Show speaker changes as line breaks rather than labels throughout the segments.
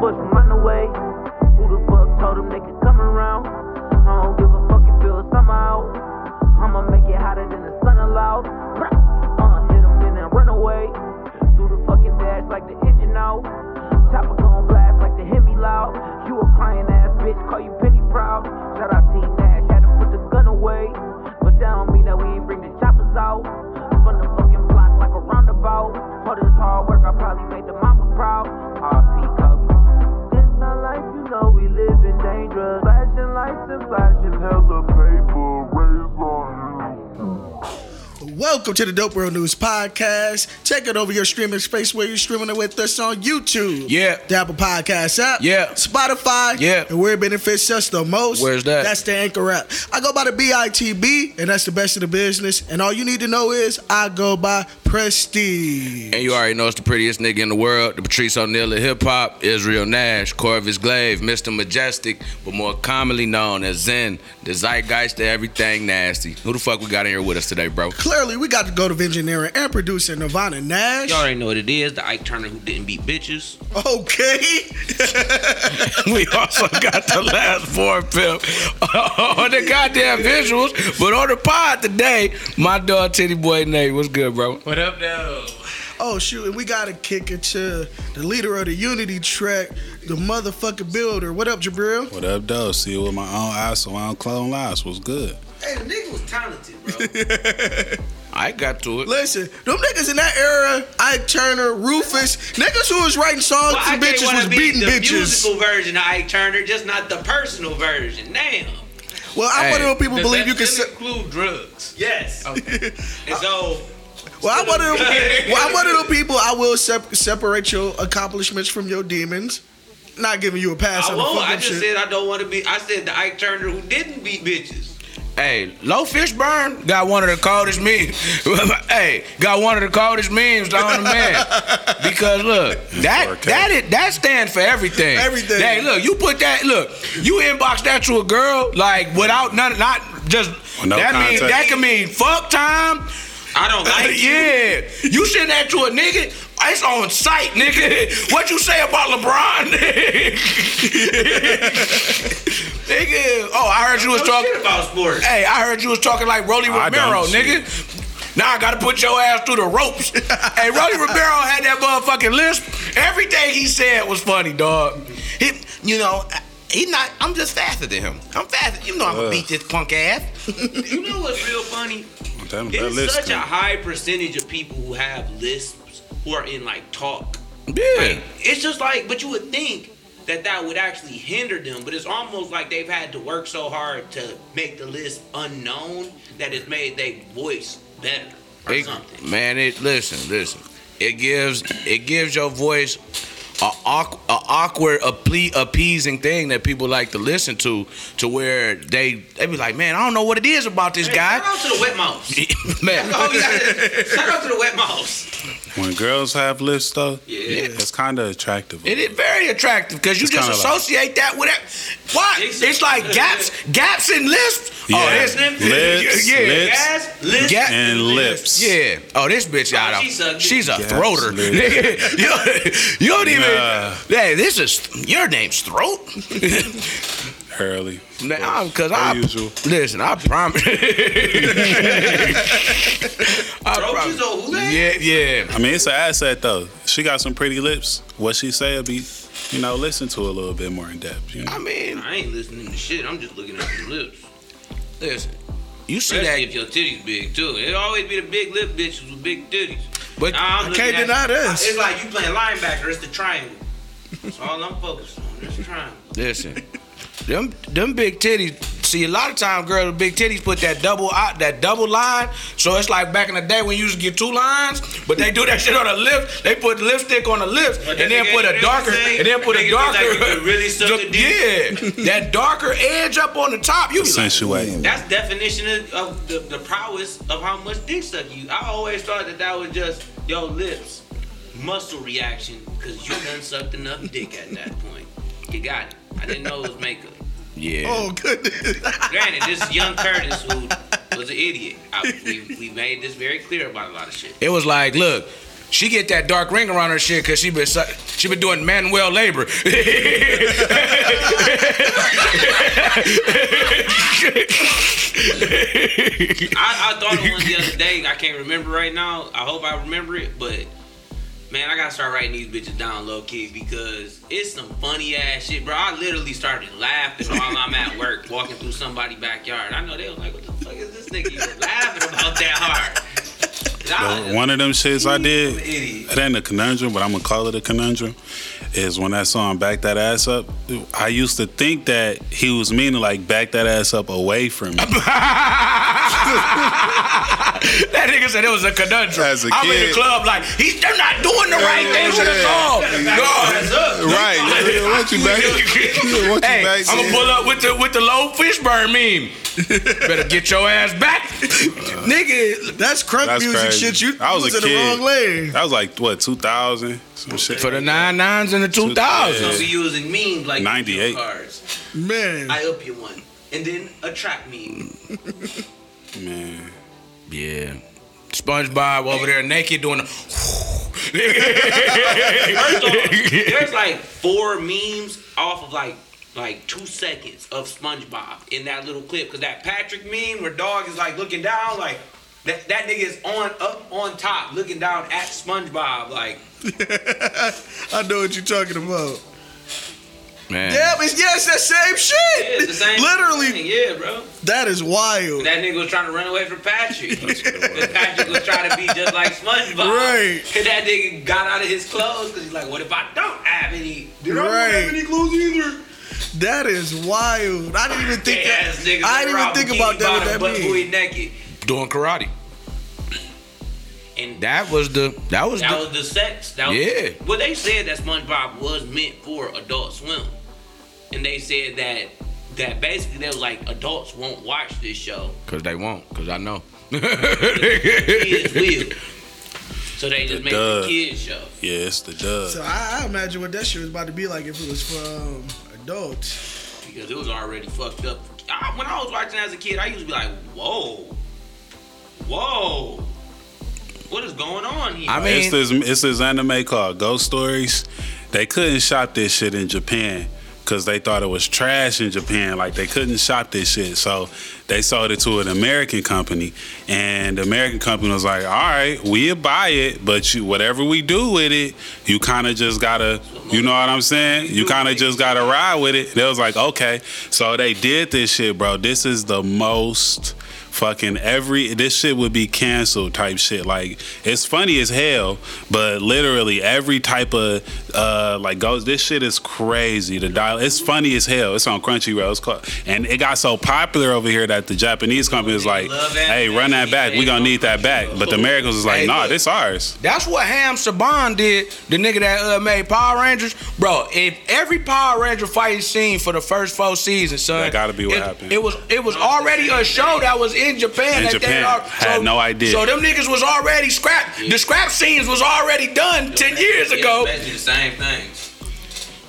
bush and run away. Who the fuck told them they could come around? I don't give a fuck if feel somehow. I'ma make it hotter than the sun allowed. Uh, hit 'em and then run away. Through the fucking dash like the engine out. Chopper gon' blast like the Hemi loud. You a crying ass bitch, call you penny proud. Shout out Team Nash, had to put the gun away. But that don't mean that we ain't bring the choppers out. Spun the fucking block like a roundabout. All this hard work, I probably made the mama proud. Ah, R.P. Kobe. This our life, you know we living dangerous. Flashing lights and flashing hella paper. Raise on you.
Welcome to the Dope World News Podcast. Check it over your streaming space where you're streaming it with us on YouTube.
Yeah.
The Apple Podcast app.
Yeah.
Spotify.
Yeah.
And where it benefits us the most.
Where's that?
That's the Anchor app. I go by the BITB, and that's the best of the business. And all you need to know is I go by Prestige.
And you already know it's the prettiest nigga in the world, the Patrice O'Neal of hip hop, Israel Nash, Corvus Glaive, Mr. Majestic, but more commonly known as Zen, the zeitgeist to everything nasty. Who the fuck we got in here with us today, bro?
Clearly, we got to go to engineering and producer Nirvana Nash.
Y'all already know what it is. The Ike Turner who didn't beat bitches.
Okay.
we also got the last four pimp on the goddamn visuals, but on the pod today, my dog Titty Boy Nate. What's good, bro?
What up, though?
Oh shoot, and we gotta kick it to the leader of the Unity track, the motherfucking builder. What up, Jabril?
What up, though? See it with my own eyes, so I don't clone lies. What's good?
Hey, the nigga was talented, bro.
I got to it.
Listen, them niggas in that era, Ike Turner, Rufus, niggas who was writing songs
Well, I
for
didn't
bitches
wanna
was
be
beating
the
bitches.
musical version of Ike Turner, just not the personal version. Damn.
Well, I'm
Hey,
one of those people
Does
believe
that
you can.
still
se-
include drugs.
Yes.
Okay.
And so
well, I'm one of them. well, I'm one of them people. I will sep- separate your accomplishments from your demons. Not giving you a pass
I
on the
won't.
fuck
I
up
just
shit.
said I don't want to be. I said the Ike Turner who didn't beat bitches.
Hey, Low Fishburne got one of the coldest memes. hey, got one of the coldest memes on the man. Because look, that that it, that stands for everything.
Everything.
Hey, look, you put that look, you inbox that to a girl like without none, not just
No
that mean
context.
that can mean fuck time.
I don't like you.
yeah, you send that to a nigga. It's on site, nigga. What you say about LeBron? nigga, oh, I heard you was
No
talking
shit about sports.
Hey, I heard you was talking like Rolly
I
Romero,
done seen
nigga. Now I gotta put your ass through the ropes. hey, Rolly Romero had that motherfucking lisp. Everything he said was funny, dog. He, you know, he not. I'm just faster than him. I'm faster. You know, I'm gonna beat this punk ass.
You know what's real funny?
Damn, that
It's
list
such a
cool.
high percentage of people who have lisps who are in like talk.
Yeah.
It's just like, but you would think that that would actually hinder them, but it's almost like they've had to work so hard to make the list unknown that it's made their voice better or
It-
something.
man, it listen, listen. It gives it gives your voice a, awk- a awkward appe- appeasing thing that people like to listen to, to where they they be like, man, I don't know what it is about this
Man,
guy.
Shout out to the wet mouse.
man,
Oh, yeah. Shout out to the wet mouse.
When girls have lips, though,
Yeah.
it's kind of attractive.
It is very attractive because you
It's
just
kinda like-
associate that with that. What?
It's-
It's like gaps, gaps and lisps. Oh,
Yeah.
this
Lips,
yeah,
lips.
Gas, list.
Gap-
and lips.
yeah. Oh, this bitch out.
she's a-
she's a
Gaps,
throater.
lips.
you, you don't even.
Nah.
Hey, this is your name's throat.
Early.
Nah, cause
Per
I
usual.
listen. I promise. I
Throat
promise.
is a who that?
Yeah, yeah.
I mean, it's an asset, though. She got some pretty lips. What she say will be, you know, listen to a little bit more in depth. You know?
I mean,
I ain't listening to shit. I'm just looking at your lips.
listen. You see that?
Especially if your titties big too. It always be the big lip bitches with big titties.
But
I'm
I
looking
can't deny this.
It's like you playing linebacker. It's the triangle. That's all I'm focused on. It's the triangle.
Listen, them them big titties. See, a lot of time, girls with big titties put that double out that double line. So it's like back in the day when you used to get two lines, but they do that shit on the lips. They put lipstick on the lips
But
and
that
then
nigga
put a
ain't
darker
really
and then put a
saying- that nigga
darker.
look like he could really suck a dick.
yeah, that darker edge up on the top. You be like,
Accentuate.
That's definition of, of the, the prowess of how much dick suck you. I always thought that that was just your lips muscle reaction because you done sucked enough dick at that point. You got it. I didn't know it was makeup.
yeah.
Oh goodness.
Granted, this is young Curtis who was an idiot. I, we, we made this very clear about a lot of shit.
It was like, look, She get that dark ring around her shit because she been su- she been doing manual labor.
I, I thought of one the other day. I can't remember right now. I hope I remember it, but man, I gotta start writing these bitches down low key because it's some funny ass shit, bro. I literally started laughing while I'm at work, walking through somebody's backyard. I know they was like, "What the fuck is this nigga even laughing about that hard?"
But one of them shits I did,
Idiot.
it ain't a conundrum, but I'm gonna call it a conundrum. Is when that song "Back That Ass Up." I used to think that he was meaning like back that ass up away from me.
that nigga said it was a conundrum.
As a
I'm in the
kid.
club like he, they're not doing the right things to the
yeah.
song. No.
right? Yeah, want you back? Yeah, want you
Hey,
back?
I'm gonna pull up with the with the low fish burn meme. Better get your ass back.
Nigga, that's crunk
That's
music
crazy.
shit. You
I was, a
in
kid.
the wrong lane.
I was like what 2000 some shit.
For the nine nines and the two
So
thousands.
we using memes like
98.
cards.
Man.
I up you one, and then a trap meme.
man.
Yeah. SpongeBob over there naked doing
First off,
the
there's like four memes off of like like two seconds of SpongeBob in that little clip. Cause that Patrick meme where dog is like looking down, like that that nigga is on up on top looking down at SpongeBob. Like
I know what you're talking about.
man.
Yeah, it's yeah, it's that same shit.
yeah, it's the same
Literally,
thing. yeah, bro.
that is wild.
That nigga was trying to run away from Patrick. and Patrick was trying to be just like SpongeBob.
Right.
And that nigga got out of his clothes because he's like, what if I don't have any? Dude, I don't
Right.
have any clothes either.
that is wild. I didn't even think that.
Ass niggas
I didn't even
robbing
think
Kiki
about that.
Bottom,
What
butt
that means?
buoy naked.
Doing karate.
And
That was the that was
That
the
was the sex. That was,
Yeah.
Well, they said that SpongeBob was meant for Adult Swim, and they said that that basically they was like adults won't watch this show.
cause they won't, cause I know.
Kids will. So they just made the
dub.
kids show.
Yeah, it's the dub.
So I, I imagine what that shit was about to be like if it was for um, adults.
because it was already fucked up. I, when I was watching as a kid, I used to be like, "Whoa, whoa, what is going on here?"
I mean-
It's this it's this anime called Ghost Stories. They couldn't shop this shit in Japan because they thought it was trash in Japan. Like they couldn't shop this shit, so they sold it to an American company, and the American company was like, "All right, we'll buy it, but you whatever we do with it, you kind of just gotta, you know what I'm saying? You kind of just gotta ride with it." They was like, "Okay," so they did this shit, bro. This is the most fucking every this shit would be canceled type shit like it's funny as hell but literally every type of uh like goes this shit is crazy the dial it's funny as hell it's on crunchyroll it's called, and it got so popular over here that the japanese company is like
Love anime.
hey run that back we gonna need that back but the americans is
Hey,
like nah
look.
this ours
That's what Ham Saban did, the nigga that uh, made Power Rangers. Bro, if every Power Ranger fight is seen for the first four seasons, son,
That gotta be what
it,
happened.
It was it was already a show that was in Japan.
In
that
Japan.
They al-
Had no idea.
So them niggas was already scrapped. The scrap scenes was already done ten years
Yeah,
ago.
basically the same things.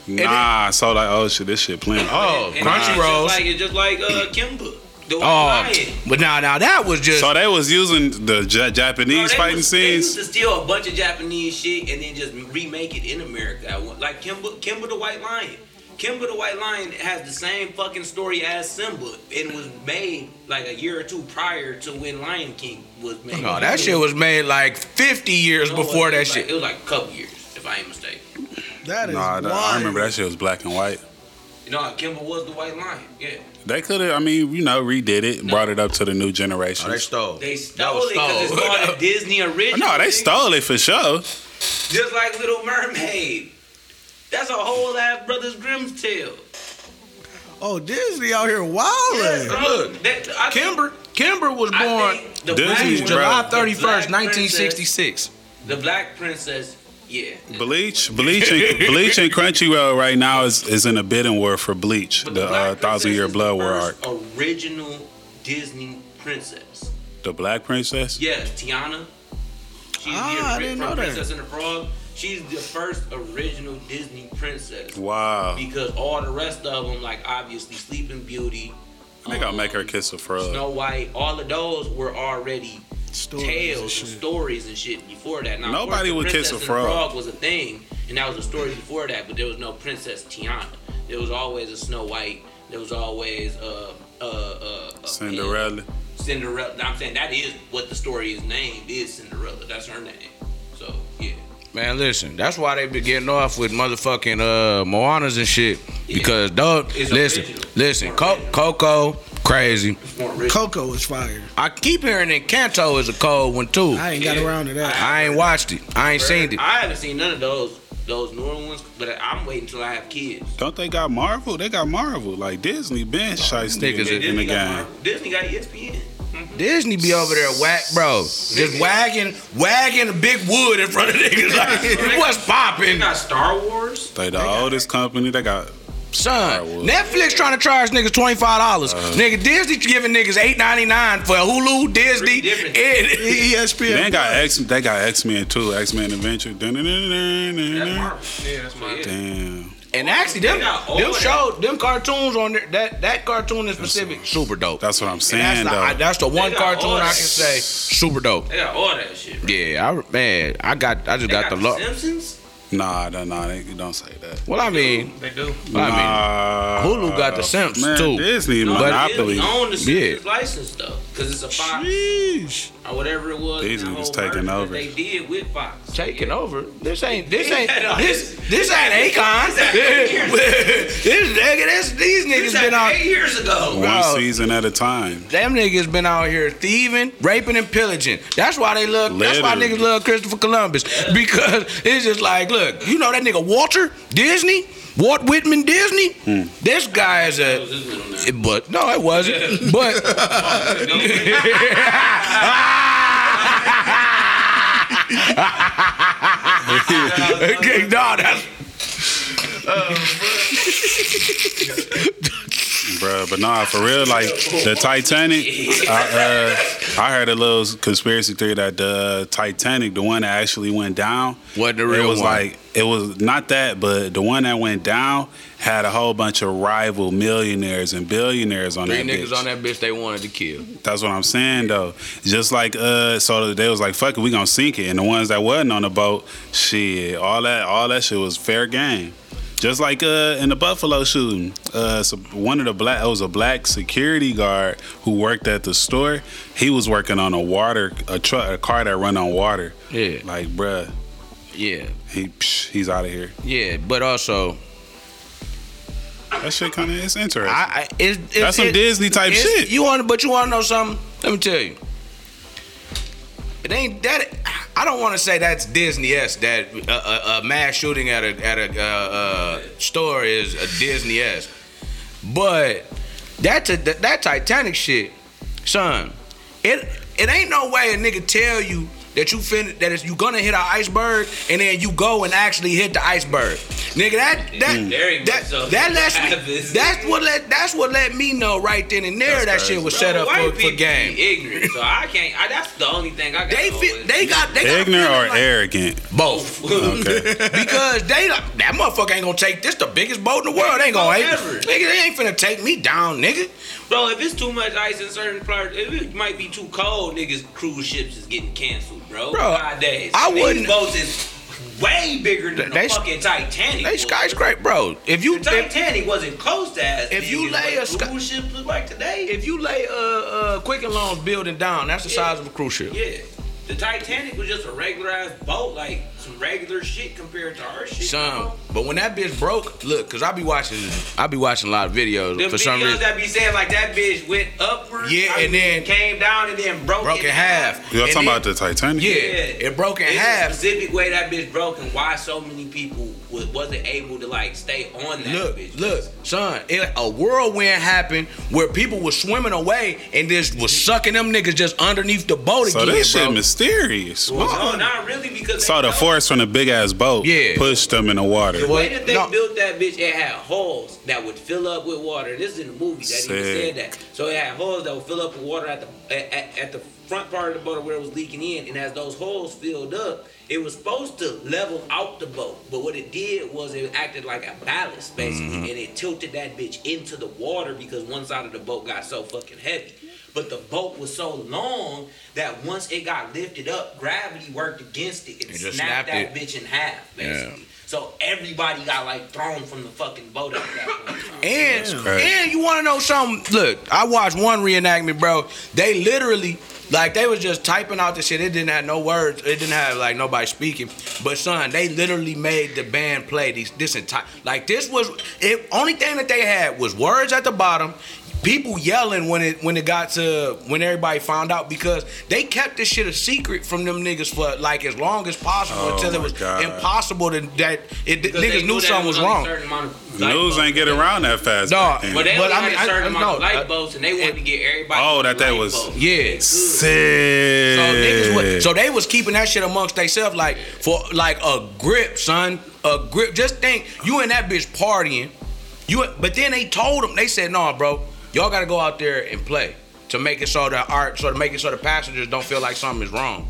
nah so like oh shit this shit playing
Oh,
And it's
Crunchy
just
Rolls.
like it's just like uh, Kimba. The one
Oh,
lion.
but now now that was just
so they was using the
Bro,
ja- japanese
they
fighting
was- They used
scenes
to steal a bunch of Japanese shit and then just remake it in America. at one- Like Kimba, Kimba the White Lion. Kimba the White Lion has the same fucking story as Simba and was made like a year or two prior to when Lion King was made.
no, Oh, that shit was made like fifty years
No, it
before that
was like-
shit.
It was like a couple years, if I ain't mistaken.
That is
nah
wild.
i remember that shit was black and white
You know, Kimba was the White Lion. Yeah,
They could have, I mean, you know, redid it, brought it up to the new generation.
stole.
they stole it because it's called a Disney original.
no, Oh, they
nigga.
stole it for sure.
Just like Little Mermaid. That's a whole ass Brothers Grimm's tale.
Oh, Disney out here wildin'.
bro,
Look,
that- I think-
Kimber Kimber was
I
born
think the
Disney,
black one-
bro.
July thirty
The black
first, nineteen sixty six.
The black princess, yeah.
Bleach, Bleach, and, Bleach, and Crunchyroll right now is, is in a bidding war for Bleach,
But
the
Black
uh, Thousand
Princess
Year
is the
Blood War arc.
first Original Disney princess.
The Black Princess.
Yes, Tiana. She's
Ah,
the
I didn't
from
know that.
Princess and the Frog. She's the first original Disney princess
Wow,
because all the rest of them, like obviously Sleeping Beauty,
I think I'll make her kiss a frog.
Snow White, all of those were already
Stories
tales
and
and
shit.
stories and shit before that. Now, of
Nobody
course,
would
the
kiss
Princess
a
and the
frog.
was a thing, and that was a story before that. But there was no Princess Tiana. There was always a Snow White. There was always uh uh uh, uh
Cinderella.
Cinderella. I'm saying that is what the story is named is Cinderella. That's her name. So yeah.
Man, listen, that's why they be getting off with motherfucking uh Moanas and shit. Because dog
It's
listen,
original.
listen,
It's
Co-
original.
Coco, crazy.
It's more original.
Coco was fire.
I keep hearing that Canto is a cold one too.
I
I ain't,
ain't got
Yeah.
around to that.
watched it. I ain't seen it.
I haven't seen none of those those newer ones, but I'm waiting until I have kids.
Don't they got Marvel? They got Marvel. Like Disney been shiesty
niggas
in,
is-
in the
Disney got
game.
Marvel. Disney got E ESPN.
Disney be over there whack, bro. Just wagging, wagging a big wood in front of niggas. Like, what's
They
popping,
got Star Wars.
They the oldest company. They got
son?
Firewood.
Netflix trying to charge niggas twenty five dollars.
Uh-huh.
Nigga, Disney giving niggas eight ninety nine for Hulu, Disney,
different-
and
they
ESPN.
got X they got X Men too. X Men Adventure.
That's
Damn.
Marvel. Yeah, that's Marvel.
And actually, them
They got all
them
of that.
shows, them cartoons on there, that that cartoon in specific, super dope.
That's what I'm
And that's
saying
the- I-
though.
that's the one
got all
cartoon I
that.
can say super dope.
They got all that shit. Bro.
Yeah, I man, I got I just
They
got, the luck.
Simpsons.
Nah, nah, nah. They, don't say that.
Well, I mean,
They do.
I mean,
Nah.
Hulu got the Simps,
Man,
too.
Disney
No,
But-
monopoly.
Disney own the Simpsons
Yeah.
license though, because it's a Fox
Jeez.
or whatever it was.
These
that
niggas
whole
taking
merger that
over.
They did with Fox.
taking over. This ain't this ain't
Yeah, no,
this this ain't Akon. this nigga, this these
This
niggas been
happened
out.
eight years ago.
One
Bro.
season at a time.
Them niggas been out here thieving, raping, and pillaging. That's why they love. That's why
Literally.
niggas love Christopher Columbus because it's just like, look, you know that nigga Walter Disney, Walt Whitman Disney. This guy is
That was
a.
his middle name.
But no, it wasn't. But okay, no, that's
Bruh, but nah, for real, like the Titanic. I, uh, I heard a little conspiracy theory that the Titanic, the one that actually went down,
Wasn't the real
It was
one.
like it was not that, but the one that went down had a whole bunch of rival millionaires and billionaires on
three
that.
niggas
bitch.
on that bitch they wanted to kill.
That's what I'm saying though. Just like uh, so they was like, "Fuck it, we gonna sink it." And the ones that wasn't on the boat, shit, all that, all that shit was fair game. Just like uh, in the Buffalo shooting, uh, so one of the black, it was a black security guard who worked at the store. He was working on a water, a truck, a car that run on water.
Yeah.
like bruh,
Yeah,
he psh, he's out of here.
yeah, but also
That shit kind of is interesting.
I, I it's, it's,
That's some
it-
Disney type
it's-
shit.
You want, but you want to know something? Let me tell you. It ain't that. I don't want to say that's Disney esque. That a, a, a mass shooting at a at a uh, uh, store is a Disney esque. But that t- that that Titanic shit, son. It it ain't no way a nigga tell you that you fin that is you gonna hit an iceberg and then you go and actually hit the iceberg, nigga. That that
Very much
that,
so.
that lets me,
Happens.
that's what let that's what let me know right then and there that
That's
shit was
Bro,
set up
white
for,
people
for
be
game.
Ignorant, so I can't. I, that's the only thing I got.
They
going
fit,
with.
they got they got a
Ignorant
feeling
or
like-
arrogant?
both
Okay.
because they like, that motherfucker ain't gonna take this the biggest boat in the world. They ain't gonna ain't,
Whatever.
nigga. They ain't finna take me down, nigga.
Bro, if it's too much ice in certain parts, if it might be too cold, niggas, cruise ships is getting canceled, bro.
Bro,
Nowadays.
I
These
wouldn't-
boats is way bigger than
They-
the fucking Titanic.
They
was.
skyscraper, bro. If you
The Titanic wasn't close to as
If
big
you
as
lay
what
a sky-
cruise ships look like today.
if you lay uh, uh Quicken Loans building down, that's the size of a cruise ship.
yeah. The Titanic was just a regular ass boat, like some regular shit compared to our shit.
Some,
bro.
but when that bitch broke, look, cause I be watching, I be watching a lot of videos
The
for
videos
some reason.
that be saying like that bitch went upward,
Yeah,
I
and
mean,
then-
came down and then broke,
broke in half.
Y'all
And
talking
then-
about the Titanic?
Yeah,
Yeah.
it broke in
It's a
half.
specific way that bitch broke and why so many people was, wasn't able to like stay on that
Look,
bitch.
look, son, it, a whirlwind happened where people were swimming away and this was sucking them niggas just underneath the boat
So
again,
this shit
bro.
mysterious.
Well, no, not really because
So
they
the
know-
force from the big ass boat
Yeah.
pushed them in the water.
The way that they
No.
built that bitch, it had holes that would fill up with water. This is in the movie that even
Sick.
said that. So it had holes that would fill up with water at the at, at, at the front part of the boat where it was leaking in, and as those holes filled up, it was supposed to level out the boat. But what it did was it acted like a ballast
Mm-hmm.
basically, and it tilted that bitch into the water because one side of the boat got so fucking heavy. But the boat was so long that once it got lifted up, gravity worked against it. It,
It
snapped,
just snapped
that
it.
bitch in half, basically. So everybody got like thrown from the fucking boat at that point.
And
crazy.
and you want to know something? Look, I watched one reenactment, bro. They literally like they was just typing out the shit. It didn't have no words. It didn't have like nobody speaking. But son, they literally made the band play these this entire like this was it. Only thing that they had was words at the bottom. People yelling when it when it got to when everybody found out because they kept this shit a secret from them niggas for like as long as possible
Oh
until it
my
was
God.
impossible to, that it,
Because they
niggas
knew
knew
that
something
it
was
only a
wrong.
certain amount of
The
light
news
bulbs
ain't get
that-
around that fast.
Dog,
back then.
But they
But,
only
I
had
mean,
a
I-
certain
I-
amount of
no,
light
I-
bulbs, and they wanted to get everybody.
Oh,
with
that they
light
was-
bulbs.
Yeah.
They could.
Sick.
So niggas was, so they was keeping that shit amongst themselves, like for like a grip, son, a grip. Just think, you and that bitch partying, you. But then they told them, they said, "No, bro, y'all gotta go out there and play to make it so that art, so to make it so the passengers don't feel like something is wrong."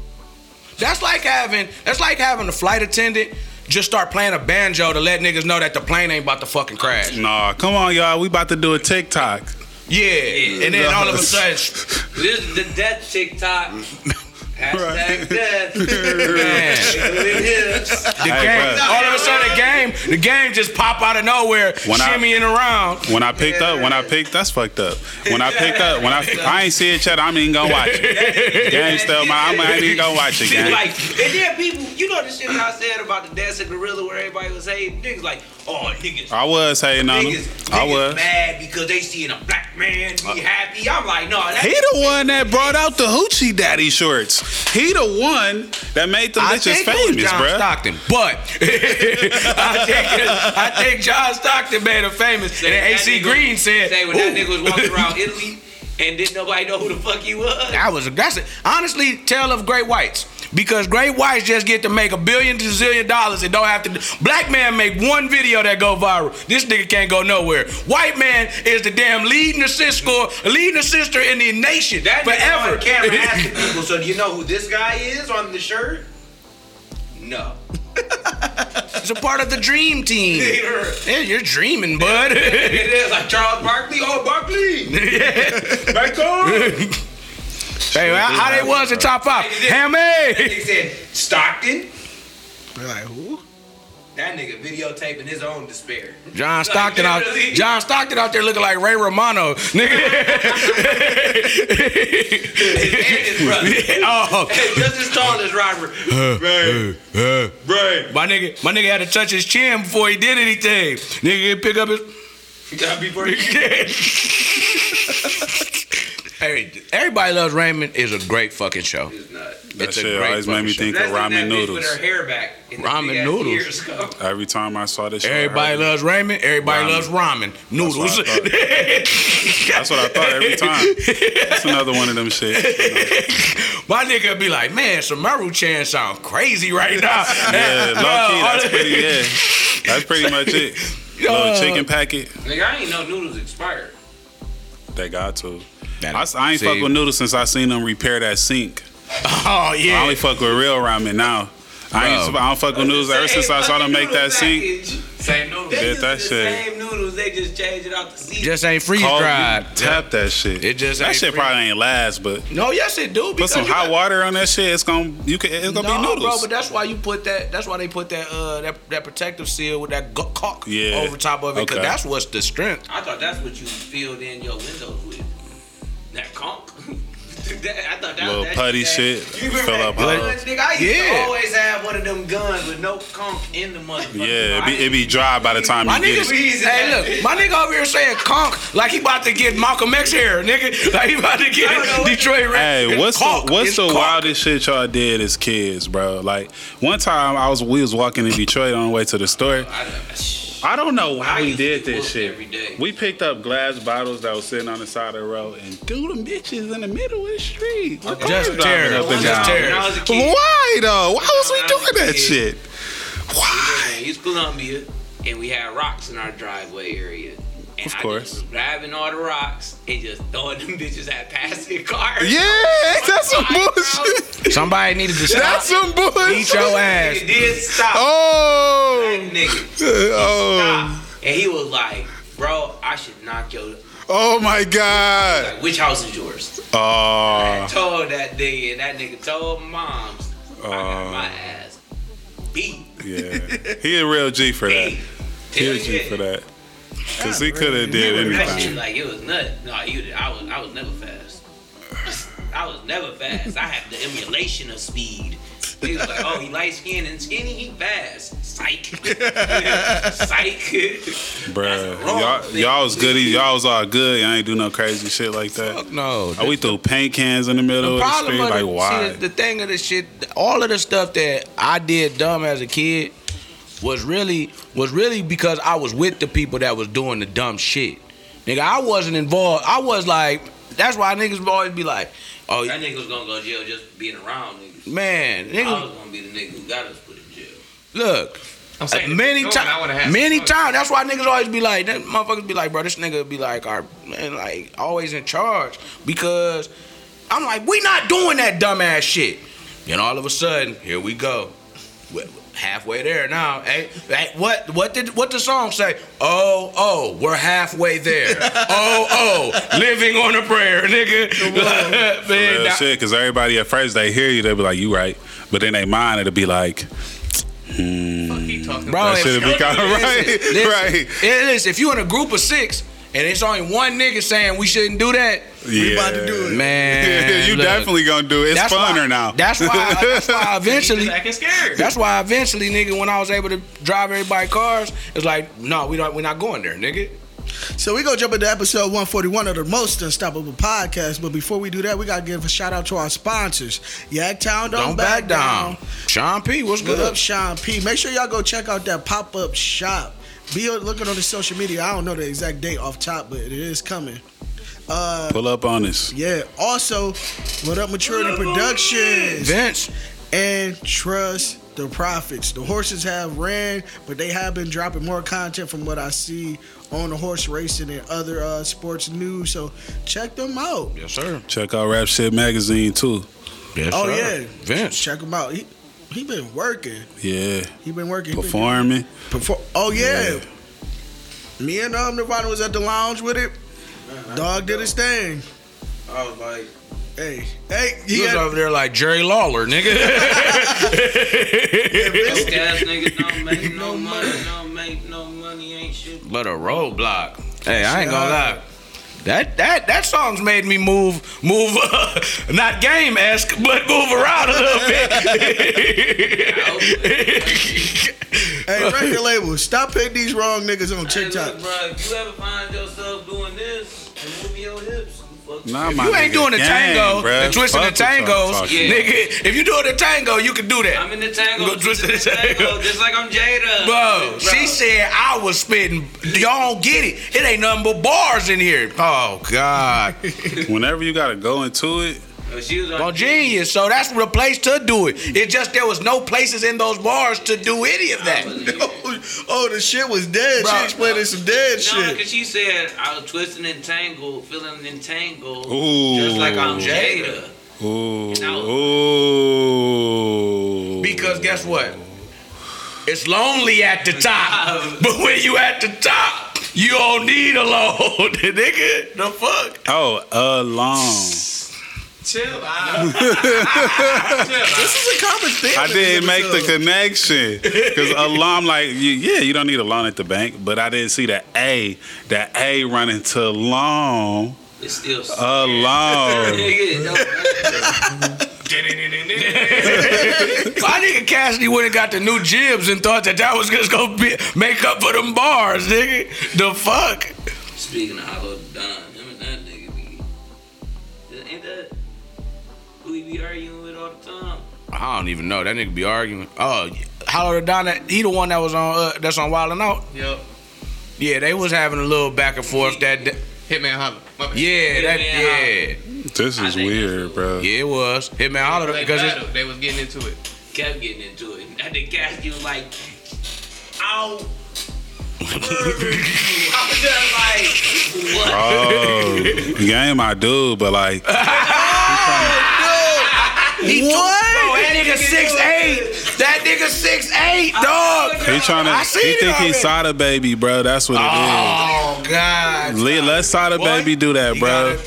That's like having, that's like having a flight attendant just start playing a banjo to let niggas know that the plane ain't about to fucking crash.
Nah, come on, y'all. We about to do a TikTok.
Yeah, and then all of a sudden,
This is the death TikTok. Hashtag
Right.
death.
man.
Yeah.
The
Hey,
game,
bruh.
all of a sudden, the game, the game just pop out of nowhere,
When I-
shimmying around.
When I picked up, when I picked, that's fucked up. When I picked up, when I, I ain't see it yet. I'm even gonna watch it. Gang still, my, I'm, I ain't even gonna watch it,
Shit
gang.
like, and then people, you know the shit that I said about the dancing gorilla where everybody was hating niggas like, oh niggas,
I was hating on him.
niggas,
I
niggas
was.
mad because they seeing a black man be happy. I'm like, no, that,
He the one that brought out the hoochie daddy shorts. He the one that made them bitches
it was
famous,
John
bruh.
Stockton, but I think I think John Stockton made him famous. And then
that
AC
nigga-
Green said,
say when that
"Ooh."
nigga was walking around Italy and didn't nobody know who the fuck he was.
That was that's it. honestly tale of great whites because great whites just get to make a billion to zillion dollars and don't have to. Black man make one video that go viral. This nigga can't go nowhere. White man is the damn leading assist scorer, leading assister in the nation
That nigga
forever.
on camera asking people, so do you know who this guy is on the shirt? No.
it's a part of the dream team.
it
Yeah, you're dreaming, bud.
is like Charles Barkley. Oh, Barkley.
Back on. Hey, how, how they was in top five? Hammy.
He said Stockton.
They're like, who?
That nigga videotaping his own despair.
John Stockton out.
Literally.
John Stockton out there looking like Ray Romano, nigga.
His and his brother.
oh,
Just as tall as Robert. Right. Right.
my nigga, my nigga had to touch his chin before he did anything. Nigga did pick up his.
Got before you.
hey, everybody loves Raymond is a great fucking show.
It's not.
That
It's a
shit
great
always made me
fucking
think
That's
of
like
ramen
that bitch
noodles.
With her hair back. in the
Ramen
big-ass
noodles.
Years ago.
Every time I saw this, shit, I heard
Everybody
it.
loves ramen. Everybody
Ramen.
loves ramen noodles.
what I That's what I thought every time. That's another one of them shit.
My nigga be like, man, Samaru Chan sound crazy right now.
Yeah,
Bro,
low key, that's
all-
pretty. Yeah, that's pretty much it.
Uh,
Little chicken packet.
Nigga, I ain't know noodles expired.
They got to.
That-
I, s- I ain't
see.
fuck with noodles since I seen them repair that sink.
Oh
I
yeah.
only fuck with real ramen now. I, ain't,
Bro.
I don't fuck with Oh, noodles ever since I saw them make that sink.
Same noodles. They
Did
use
that
the
shit.
Same noodles. They just changed it out the season.
Just ain't freeze
Call-
dried.
Tap that shit.
It just
that
ain't
shit
free.
probably ain't last, but
No, yes it do.
put
because
some
you
hot
got-
water on that shit. It's gonna you can it's gonna
no,
be noodles.
bro, but that's why you put that. That's why they put that uh that, that protective seal with that gu- caulk
Yeah.
over top of it because
Okay.
that's what's the strength.
I thought that's what you filled in your windows with. That conk. That- I thought that
Little
was that
putty
that-
shit,
You remember
fill
that
up
gun,
holes.
nigga? I used to
Yeah.
always have one of them guns with no conk in the motherfucker.
yeah, it
I
be, it be dry by the time
My
you get
niggas,
it.
Freezing that
hey,
bitch.
look, my nigga over here saying conk like he about to get Malcolm X hair, nigga. Like he about to
I don't know
get
what-
Detroit. Red-
Hey,
it's
what's
caulk,
the what's
it's
the
caulk.
wildest shit y'all did as kids, bro? Like one time I was we was walking in Detroit on the way to the store.
I don't- shh.
I don't know how
I
we
used to
did
get
this
whooped
shit.
every day.
We picked up glass bottles that was sitting on the side of the road and threw them bitches in the middle of the street. We're
Just
cars driving
tear,
up and
just
down.
tear.
When I was a kid,
Why though? Why was we doing that
Yeah.
shit?
lived
Why?
in East Columbia, and we had rocks in our driveway area. And
Of
I
course.
just was grabbing all the rocks and just throwing them bitches at passing cars.
Yeah, that's some bullshit.
Somebody needed to stop.
That's some
Eat your
bullshit.
ass.
It did stop.
Oh,
That nigga
oh.
stopped. And he was like, bro, I should knock your
Oh my god.
Which house is yours? I
Oh.
told that nigga, and that nigga told moms, I
Uh.
got my ass beat.
Yeah. He a real G for that.
Beat.
He
Hell
a G
yeah.
for that. Cause he could
Remember
have did
That shit,
anything.
like it was nut. No, you. I was. I was never fast. I was never fast. I had the emulation of speed. He was like, oh, he light skinned and skinny. He fast. Psych. Psych.
Bruh.
wrong
Y'all,
thing.
y'all was goodies. Y'all was all good. Y'all ain't do no crazy shit like that.
Fuck no.
Oh, we threw paint cans in the
The
middle of the
problem
street.
of
Like
the,
why?
see, the thing of the shit, all of the stuff that I did dumb as a kid was really was really because I was with the people that was doing the dumb shit. Nigga, I wasn't involved. I was like, that's why niggas would always be like, oh
That nigga was gonna go to jail just being around niggas.
man,
I was
nigga,
gonna be the nigga who got us put in jail.
look.
I'm saying,
many
if it's going, I would've had
times, many
some-
times. That's why niggas always be like, that motherfuckers be like, bro, this nigga be like, our man, like always in charge because I'm like, we not doing that dumbass shit. Then all of a sudden, here we go, We're halfway there now. Hey, hey, what, what did, what the song say? Oh, oh, we're halfway there. oh, oh, living on a prayer, nigga. man,
real
that-
shit. Cause everybody at first they hear you, they be like, "You right," but in their mind it'll be like,
fuck he talking
Bro,
about?
That should've been kinda right.
Listen,
Right.
It is. If you in a group of six and it's only one nigga saying we shouldn't do that,
"Yeah,
about to do it.
man,
you
look,
definitely gonna do it. It's
that's
funner
why,
now."
That's why. That's why I
He's
eventually.
acting scared.
That's why eventually, nigga, when I was able to drive everybody cars, it's like, no, we don't. We're not going there, nigga.
So we gonna jump into episode 141 of the most unstoppable podcast. But before we do that, we gotta give a shout out to our sponsors. Yaktown, don't,
Don't back down. Sean P, what's
Good
good?
up, Sean P. Make sure y'all go check out that pop up shop. Be looking on the social media. I don't know the exact date off top, but it is coming.
Pull up on us.
Yeah. Also, what up, Maturity Productions?
Vince,
and trust the profits. The horses have ran, but they have been dropping more content from what I see on the horse racing and other uh, sports news. So check them out.
yes sir.
Check out Rap Shit Magazine too.
Yes,
Oh
sir.
yeah,
Vince.
Check them out. He he been working.
Yeah,
He been working. He been-
performing.
perform. Oh yeah. Me and um Nirvana was at the lounge with it. Dog did his thing.
Uh-huh. I was like,
Hey, hey,
He
he
was
had,
over there like Jerry Lawler, nigga.
broke ass niggas don't make no money, don't make no money, ain't shit.
but a roadblock. Hey, I ain't gonna lie. That that that song's made me move move uh, not game esque but move around a little bit.
hey record label, stop hitting these wrong niggas on
Hey,
TikTok.
look, bro, if you ever find yourself doing this and moving your hips, you fuck
Nah, my
you ain't
nigga.
doing the
Gang,
tango,
bruh.
the twisting the
Fuck what y'all
tangos,
talking
Yeah.
about.
nigga. If you do the tango, you can do that.
I'm in the tango.
Go twist
just, in the tango. just like I'm Jada.
Bro, she said I was spitting. Y'all don't get it. It ain't nothing but bars in here. Oh God.
Whenever you gotta go into it,
Oh, she was on
Well, genius. So that's the place to do it. It's just there was no places in those bars to do any of that.
oh, the shit was dead.
Bro.
she explaining some dead
No,
shit.
because she said I was twisting and tangled, feeling entangled.
Ooh.
Just like I'm Jada.
ooh,
No.
ooh.
Because guess what? It's lonely at the top. But when you at the top, you don't need a load, nigga. The fuck?
oh, alone.
Chill out. Chill out.
This is a common thing.
I
in
didn't
this
make the
episode.
connection because a loan, like, you, yeah, you don't need a loan at the bank, but I didn't see the A, the A running to loan,
It's still.
a loan.
Nigga, no,
I think Cassidy would have got the new jibs and thought that that was just gonna be, make up for them bars, nigga. The fuck?
Speaking of Hollow Don, him and that nigga be. Ain't that who we be arguing with all the time?
I don't even know. That nigga be arguing. Oh, Hollow Don, that- he the one that was on uh, that's on Wild 'N Out.
Yep.
Yeah, they was having a little back and forth that. day.
Hitman Holler. My bad.
Yeah, that
Yeah.
yeah,
This
I
is
think
weird,
that's-
bro.
yeah, it was. Hitman Holler
They
because it's,
battled. they was getting into it.
Kept getting into it. And then Cassidy was like, ow. I was just like, what?
Oh, game, I do, but like,
he what? Bro, that nigga six eight. That nigga six eight, dog.
he trying
I
to,
seen
he
it
think
already.
he's Sada baby, bro. That's what it is.
Oh God.
Le- let Sada
Boy,
Baby do that,
you
bro.
gotta-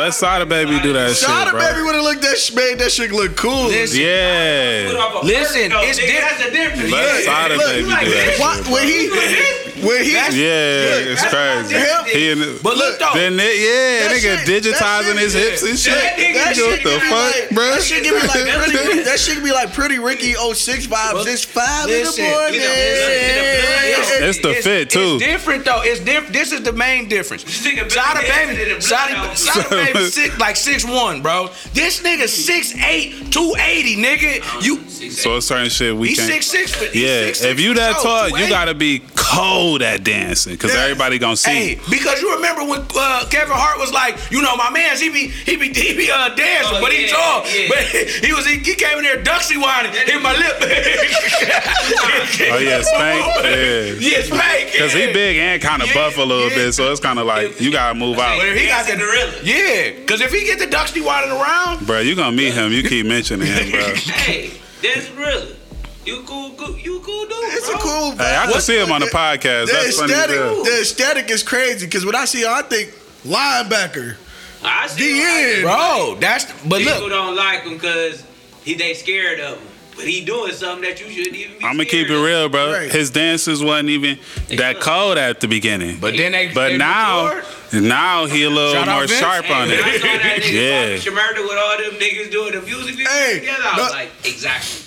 Let Sada Baby do that shit,
Shada
bro.
Baby would have looked that sh- made that shit look cool.
Listen,
Yeah.
Listen, it's
different.
different.
That's the difference.
Let
Yeah,
Sada
look,
Baby
you like
do that
this?
shit.
Why- when he when he
Yeah, it's
that's
crazy.
him-
He in the,
but look though,
then it, yeah,
That
nigga
shit- that
digitizing
shit-
his hips and shit.
That nigga- that
what
shit
the
give me
fuck,
like-
bro?
That shit give me like pretty, that shit be like pretty Ricky 06 vibes. It's five
Listen,
in the morning.
you know, listen,
It's the fit, too.
It's different though. It's different. This is the main difference.
nigga better
Sada
be acting in
baby,
a
Sada,
blood
Sada baby, six, like six one, bro. This nigga 6'8", 280, nigga. You
So it's certain shit we
he
can't.
six six. But
yeah,
he's six, six,
if you that
so
tall, you
280.
gotta be cold at dancing because
Yeah.
everybody gonna see.
Hey,
you.
because you remember when uh, Kevin Hart was like, you know, my man, he be he be he be uh, dancing,
Oh,
but he
yeah,
tall.
yeah.
But he was he, he came in there duxy whining, hit my lip.
Oh yeah, spank. Yeah,
Yes, spank.
because he
yeah.
big and kind of
Yeah,
buff a little
yeah.
bit, so it's kind of like you gotta move out.
But if he got the
Dancing gorilla.
yeah, because if he get the duxy whining around,
Bro, you gonna meet him. You keep mentioning him, bro. hey,
Hey, that's really. You cool, cool you cool dude.
It's a
bro.
cool vibe.
I can see him on the podcast.
the
That's funny. as
aesthetic,
hell.
the aesthetic is crazy because when I see him, I think linebacker.
I see
The
why
end.
bro, that's but
People
look.
don't like him because he they scared of him. But he doing something that you shouldn't even be
I'm gonna keep
scared
it
of.
real, bro.
Right.
His dances wasn't even that
could.
cold at the beginning,
But then they
but
they
now,
matured.
now he a little
Shout out
more
Vince.
sharp
Hey,
on
when I saw that
it.
nigga
yeah,
yeah. Murder with all them niggas doing the music video
Hey,
together. I was
no-
like, exactly.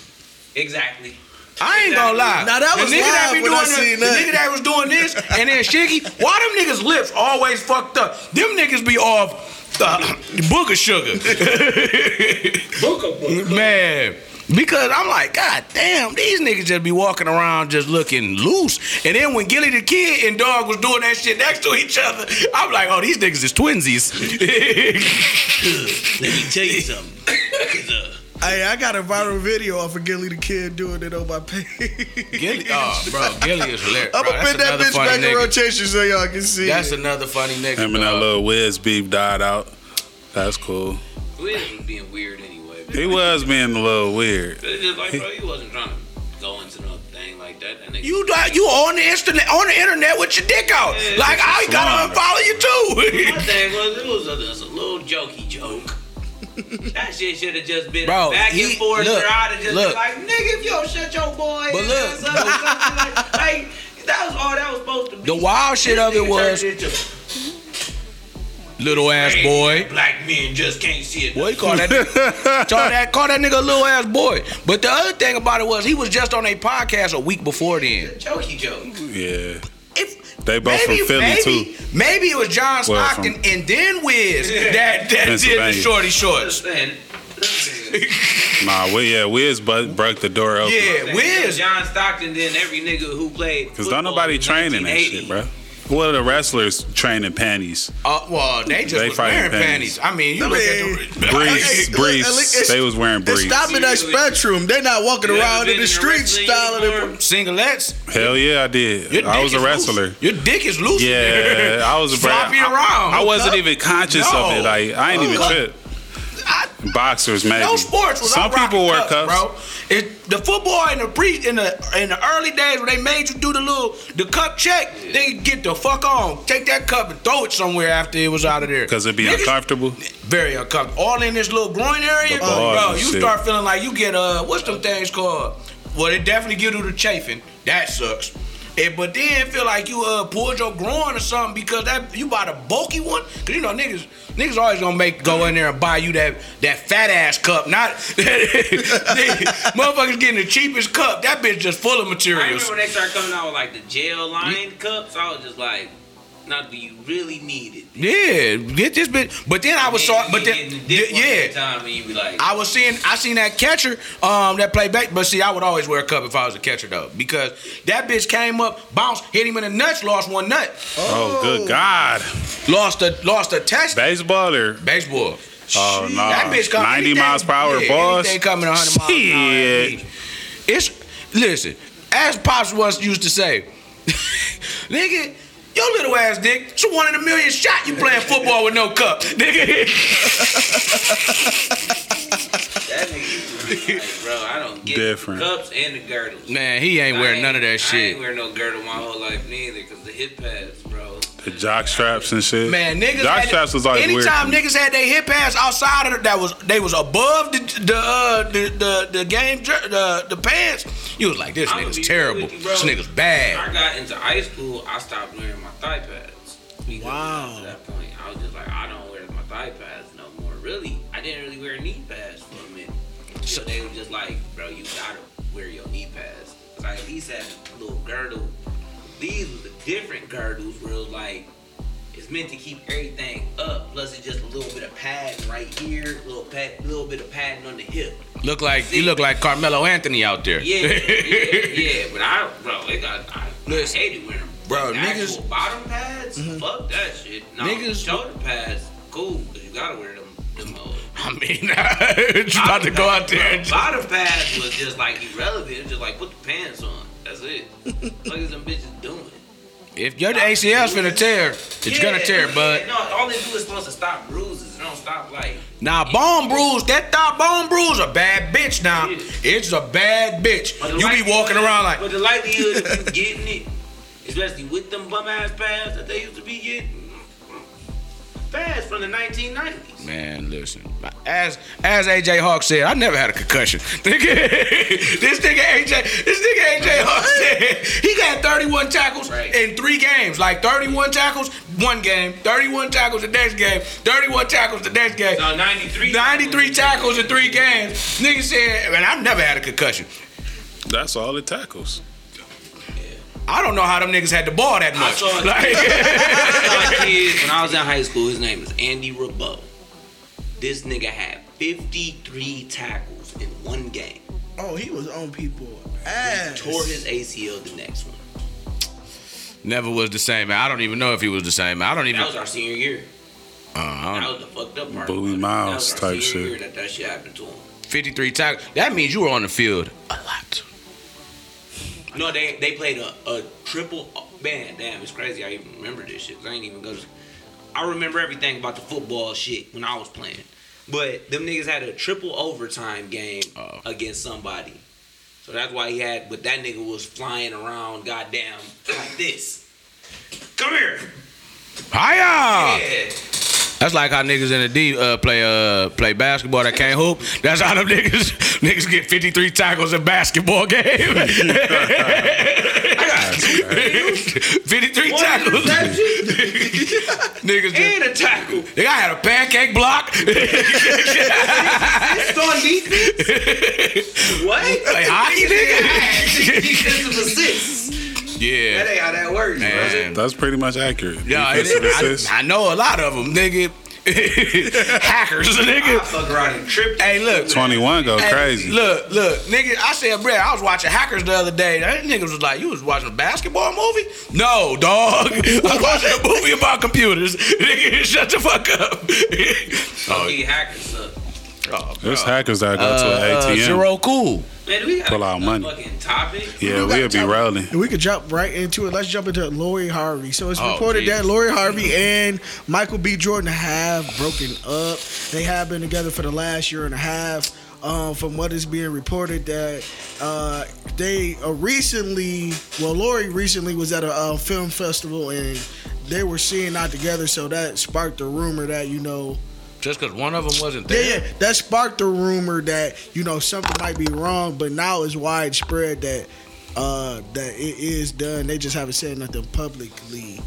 Exactly.
I ain't gonna lie.
Now, that was
the nigga that
live
be
when I
doing
seen
the, the
that.
nigga that was doing this and then Shiggy. Why them niggas lips always fucked up? Them niggas be off the book of sugar. Man. Because I'm like, God damn, these niggas just be walking around just looking loose. And then when Gilly the Kid and Dog was doing that shit next to each other, I'm like, oh, these niggas is twinsies.
Let me tell you something.
Hey, I got a viral video off of Gilly the Kid doing it on my page.
Gilly, oh, bro, Gilly is hilarious.
I'm
bro.
gonna
That's
put that
another
bitch
funny
back in
nigga.
rotation so y'all can see.
That's
it.
another funny nigga.
him and that
dog.
little Wiz beef died out. That's cool.
Will was being weird anyway. but
He was being a little weird.
It's just like, bro, you wasn't trying to go into no thing like that. That nigga.
You di- you on the internet on the internet with your dick out.
Yeah,
like I
it's
gotta unfollow you
My
too.
thing was, it was a, it was a little jokey joke. that shit should have just been
Bro,
back
he-
and forth
look,
trying to just
look.
be like, nigga, if you don't shut your boy
But
ass
look,
up or something like, like, that was all that was supposed to be.
the wild shit of it
Nigga
was
turned into,
little ass boy.
Black men just can't see it.
Boy, call that nigga, call that call that nigga a little ass boy. But the other thing about it was he was just on a podcast a week before then.
Jokey joke.
Yeah,
If
they both from Philly
maybe,
too.
maybe it was John
Well, from-
Stockton and then Wiz that that did the
Pennsylvania.
shorty shorts.
Listen, listen.
Nah, we, yeah, Wiz but broke the door open.
Yeah, Wiz.
John Stockton, then every nigga who played.
Cause
football
don't nobody
in
training that
1980.
shit, bro. What are the wrestlers training panties?
Uh, well, they just
They
was
fighting
wearing panties.
panties.
I mean, you
I
look
mean,
at the
Briefs,
Hey, look, at
briefs.
least
They was wearing
It's
briefs.
stopping that
Really?
spectrum. They not walking
You ever
around
been
in the streets
wrestling
styling it.
uniform?
singlets.
Hell yeah, I did.
Your
I
dick
was a
is loose.
wrestler.
Your dick is loose.
Yeah, I was a
floppy
I,
around.
I wasn't
Huh?
even conscious of it.
No.
Like I ain't even
Huh?
trip.
I-
Boxers, maybe.
no sports was
Some
I
people wear
wear
cups.
bro. It, the football in the pre in the in the early days when they made you do the little the cup check, they get the fuck on, take that cup and throw it somewhere after it was out of there.
Cause it'd be
Niggas-
uncomfortable.
Very uncomfortable. All in this little groin area,
The bars
bro.
and
You
shit.
start feeling like you get uh, what's them things called? Well, it definitely give you the chafing. That sucks. And, but then feel like you uh pulled your groin or something because that you bought a bulky one. Cause you know niggas niggas always gonna make go in there and buy you that that fat ass cup. Not motherfuckers getting the cheapest cup. That bitch just full of
I
materials.
remember when they started coming out with like the jail line cups. I was just like, now do you really need it?
Yeah, get this bitch. But then I was
Then
sorry.
you
But
get
then
in the dick one
yeah.
every Time and you be like,
I was seeing I seen that catcher um that played back, but see I would always wear a cup if I was a catcher though because that bitch came up, bounced, hit him in the nuts, lost one nut,
Oh, good God!
lost a lost a test
Baseball or
baseball.
oh no,
that bitch coming
ninety miles per hour,
yeah,
boss.
Anything coming 100 miles an hour. at
Shit.
least. It's listen, as pops once used to say, nigga. Your little ass dick, it's a one in a million shot you playing football with no cup, nigga.
That nigga, you like, bro, I don't get
Different.
the cups and the girdles.
Man, he ain't wearing
I
none of that
I ain't
shit.
wear no girdle my whole life neither, cause the hip pads, bro.
The jock straps and shit.
Man, niggas.
Jock
had-
straps was always weird.
anytime niggas had they hip ass outside of the, that was they was above the the uh, the, the the game jer- the the pants. You was like this
I'ma be
nigga's
real
terrible.
with you, bro.
This nigga's
I
bad.
got into high school, I stopped wearing my thigh pads. Because
Wow.
At that point, I was just like, I don't wear my thigh pads no more. Really, I didn't really wear knee pads for a minute. So they were just like, bro, you gotta wear your knee pads. 'Cause I at least had a little girdle. These were the different girdles where it was like, it's meant to keep everything up. Plus, it's just a little bit of padding right here, little pad, little bit of padding on the hip.
Look like you look like Carmelo Anthony out there.
Yeah, yeah, yeah. But I, bro, it got, I, I hated wearing them.
Bro,
The
niggas- Mm-hmm.
actual bottom pads, fuck that shit. No,
Niggas-
shoulder pads, cool, but you gotta wear them. them old.
I mean, you about to go out there. And
Bro, bottom pads was just like irrelevant. It was just like put the pants on. That's it. What is them bitches doing?
if your ACL's finna tear, it's gonna tear, bud.
No, all they do is supposed to stop bruises. It don't stop like.
Now bone bruise, that thought bone bruise a bad bitch. Now
Yeah.
it's a bad bitch.
but the
You be
likelihood-
walking around like
But the likelihood of you getting it, especially with them bum ass pads that they used to be getting, pads from the 1990s.
Man, listen. As as AJ Hawk said, I never had a concussion. Nigga, this nigga AJ, this nigga AJ Hawk said he got 31 tackles
Right.
in three games. Like 31 tackles one game, 31 tackles the next game, 31 tackles the next game.
No, 93.
93 tackles in three games. Nigga said, man, I've never had a concussion.
That's all it tackles.
I don't know how them niggas had the ball that much.
saw it.
Like,
I saw a kid when I was in high school. His name is Andy Rabo. This nigga had 53 tackles in one game.
Oh, he was on people. Ass.
Tore his ACL the next one.
never was the same, man. I don't even know if he was the same, man. I don't even.
That was our senior year.
uh, I don't-
That was the fucked up part.
Bowie Miles
that was our
type
senior
shit.
Year that that shit happened to him.
53 tackles. That means you were on the field a lot.
No, they they played a, a triple man. Damn, it's crazy. I even remember this shit. 'cause I ain't even go. To, I remember everything about the football shit when I was playing. But them niggas had a triple overtime game
Uh-oh.
against somebody. So that's why he had. But that nigga was flying around, goddamn, like this. Come here.
Hiya!
Yeah.
That's like how niggas in the D uh, play uh play basketball that can't hoop. That's how them niggas niggas get 53 tackles in basketball game. 53
One
tackles.
interception
niggas just,
and a tackle.
they got had a pancake block.
It's on defense. what?
Like hockey, nigga?
Defensive assists. That
yeah.
ain't how that works, bro.
Man.
That's pretty much accurate.
Yeah, it
Defensive
is.
assist.
I, I know a lot of them, nigga. Hackers,
I
nigga.
fuck around and trip.
Hey, look.
21 go
Hey,
crazy.
Look, look, nigga. I said, bro, I was watching Hackers the other day. That nigga was like, you was watching a basketball movie? No, dog. I was watching a movie about computers. Nigga, shut the fuck up.
Oh, he hackers up.
oh, bro.
There's hackers that go
Uh,
to an ATM.
zero cool.
Man, do we got
Pull out
a
money.
fucking topic.
Yeah, we'll be rolling.
And we could jump right into it. Let's jump into Lori Harvey. So it's
Oh,
reported
Jesus.
that Lori Harvey and Michael B. Jordan have broken up. They have been together for the last year and a half. Um, from what is being reported, that uh, they uh, recently, well, Lori recently was at a uh, film festival and they were seen not together. So that sparked the rumor that, you know,
Just because one of them wasn't
yeah,
there.
yeah, that sparked the rumor that you know something might be wrong, but now it's widespread that uh that it is done. They just haven't said nothing publicly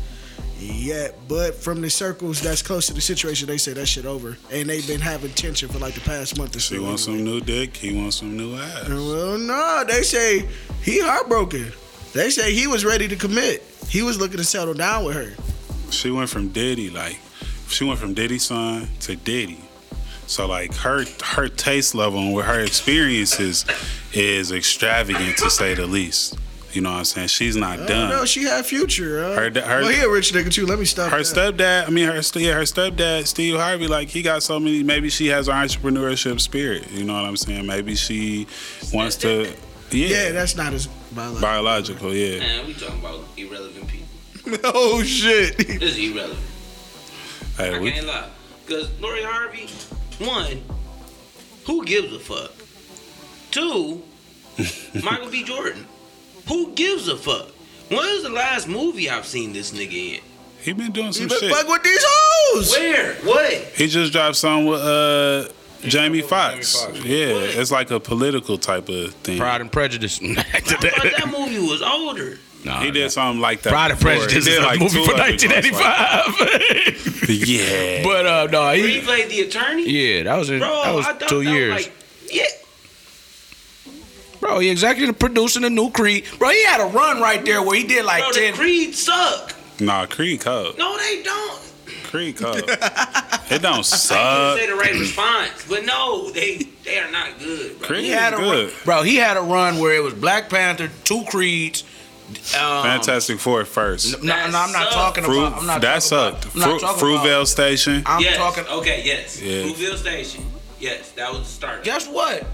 yet. But from the circles that's close to the situation, they say that shit over, and they've been having tension for like the past month or so.
She wants some
anyway.
new dick. He wants some new ass.
Well, no, they say he heartbroken. They say he was ready to commit. He was looking to settle down with her.
She went from Diddy, like she went from Diddy's son to Diddy. So like her her taste level and with her experiences is extravagant to say the least. You know what I'm saying? She's not
I don't
done.
know. She had future. Uh,
Her da- her-
well, he a rich nigga too. Let me stop.
her
that.
stepdad, I mean her st- yeah, her stepdad, Steve Harvey, like he got so many maybe she has an entrepreneurship spirit. You know what I'm saying? Maybe she wants to
Yeah,
Yeah,
that's not as biological.
biological, yeah.
Man, we talking about irrelevant people.
oh shit.
This is irrelevant.
Hey,
I
we,
can't lie. Because Lori Harvey, one, who gives a fuck? Two, Michael B. Jordan, who gives a fuck? When is the last movie I've seen this nigga in?
he been doing
You
some
better
Oh, shit.
fuck with these hoes.
Where? What?
He just dropped some with uh, Jamie Foxx.
Foxx.
Yeah, it's like a political type of thing.
Pride and Prejudice.
I thought that movie was older.
Nah,
He
nah.
did something like that.
Pride and
before. He
Prejudice
did
is
like
a movie
two
from
of them. I was like,
1985.
yeah.
but uh, no,
Where he
he,
played the attorney?
yeah, that was in,
Bro,
that was
I thought
two
that was
years.
like, yeah.
Bro, he executive producing a new Creed. Bro, he had a run right there where he did like
Bro, the
10.
Creed suck.
nah, Creed Code.
No, they don't.
Creed Code. it don't
I
suck.
didn't say the right response, but no, they they are not good, bro.
Creed
He
is
had a run,
good.
bro. He had a run where it was Black Panther, two Creeds. Um,
Fantastic Four first.
No, no, I'm not
That
talking
Fru-
about. I'm not
that
talking about-
sucked.
I'm not
Fru-
talking about-
Fruitvale Station.
I'm
yes. Oh.
talking.
Okay. Yes.
Yeah.
Louisville Station. Yes, that was the start.
Guess what?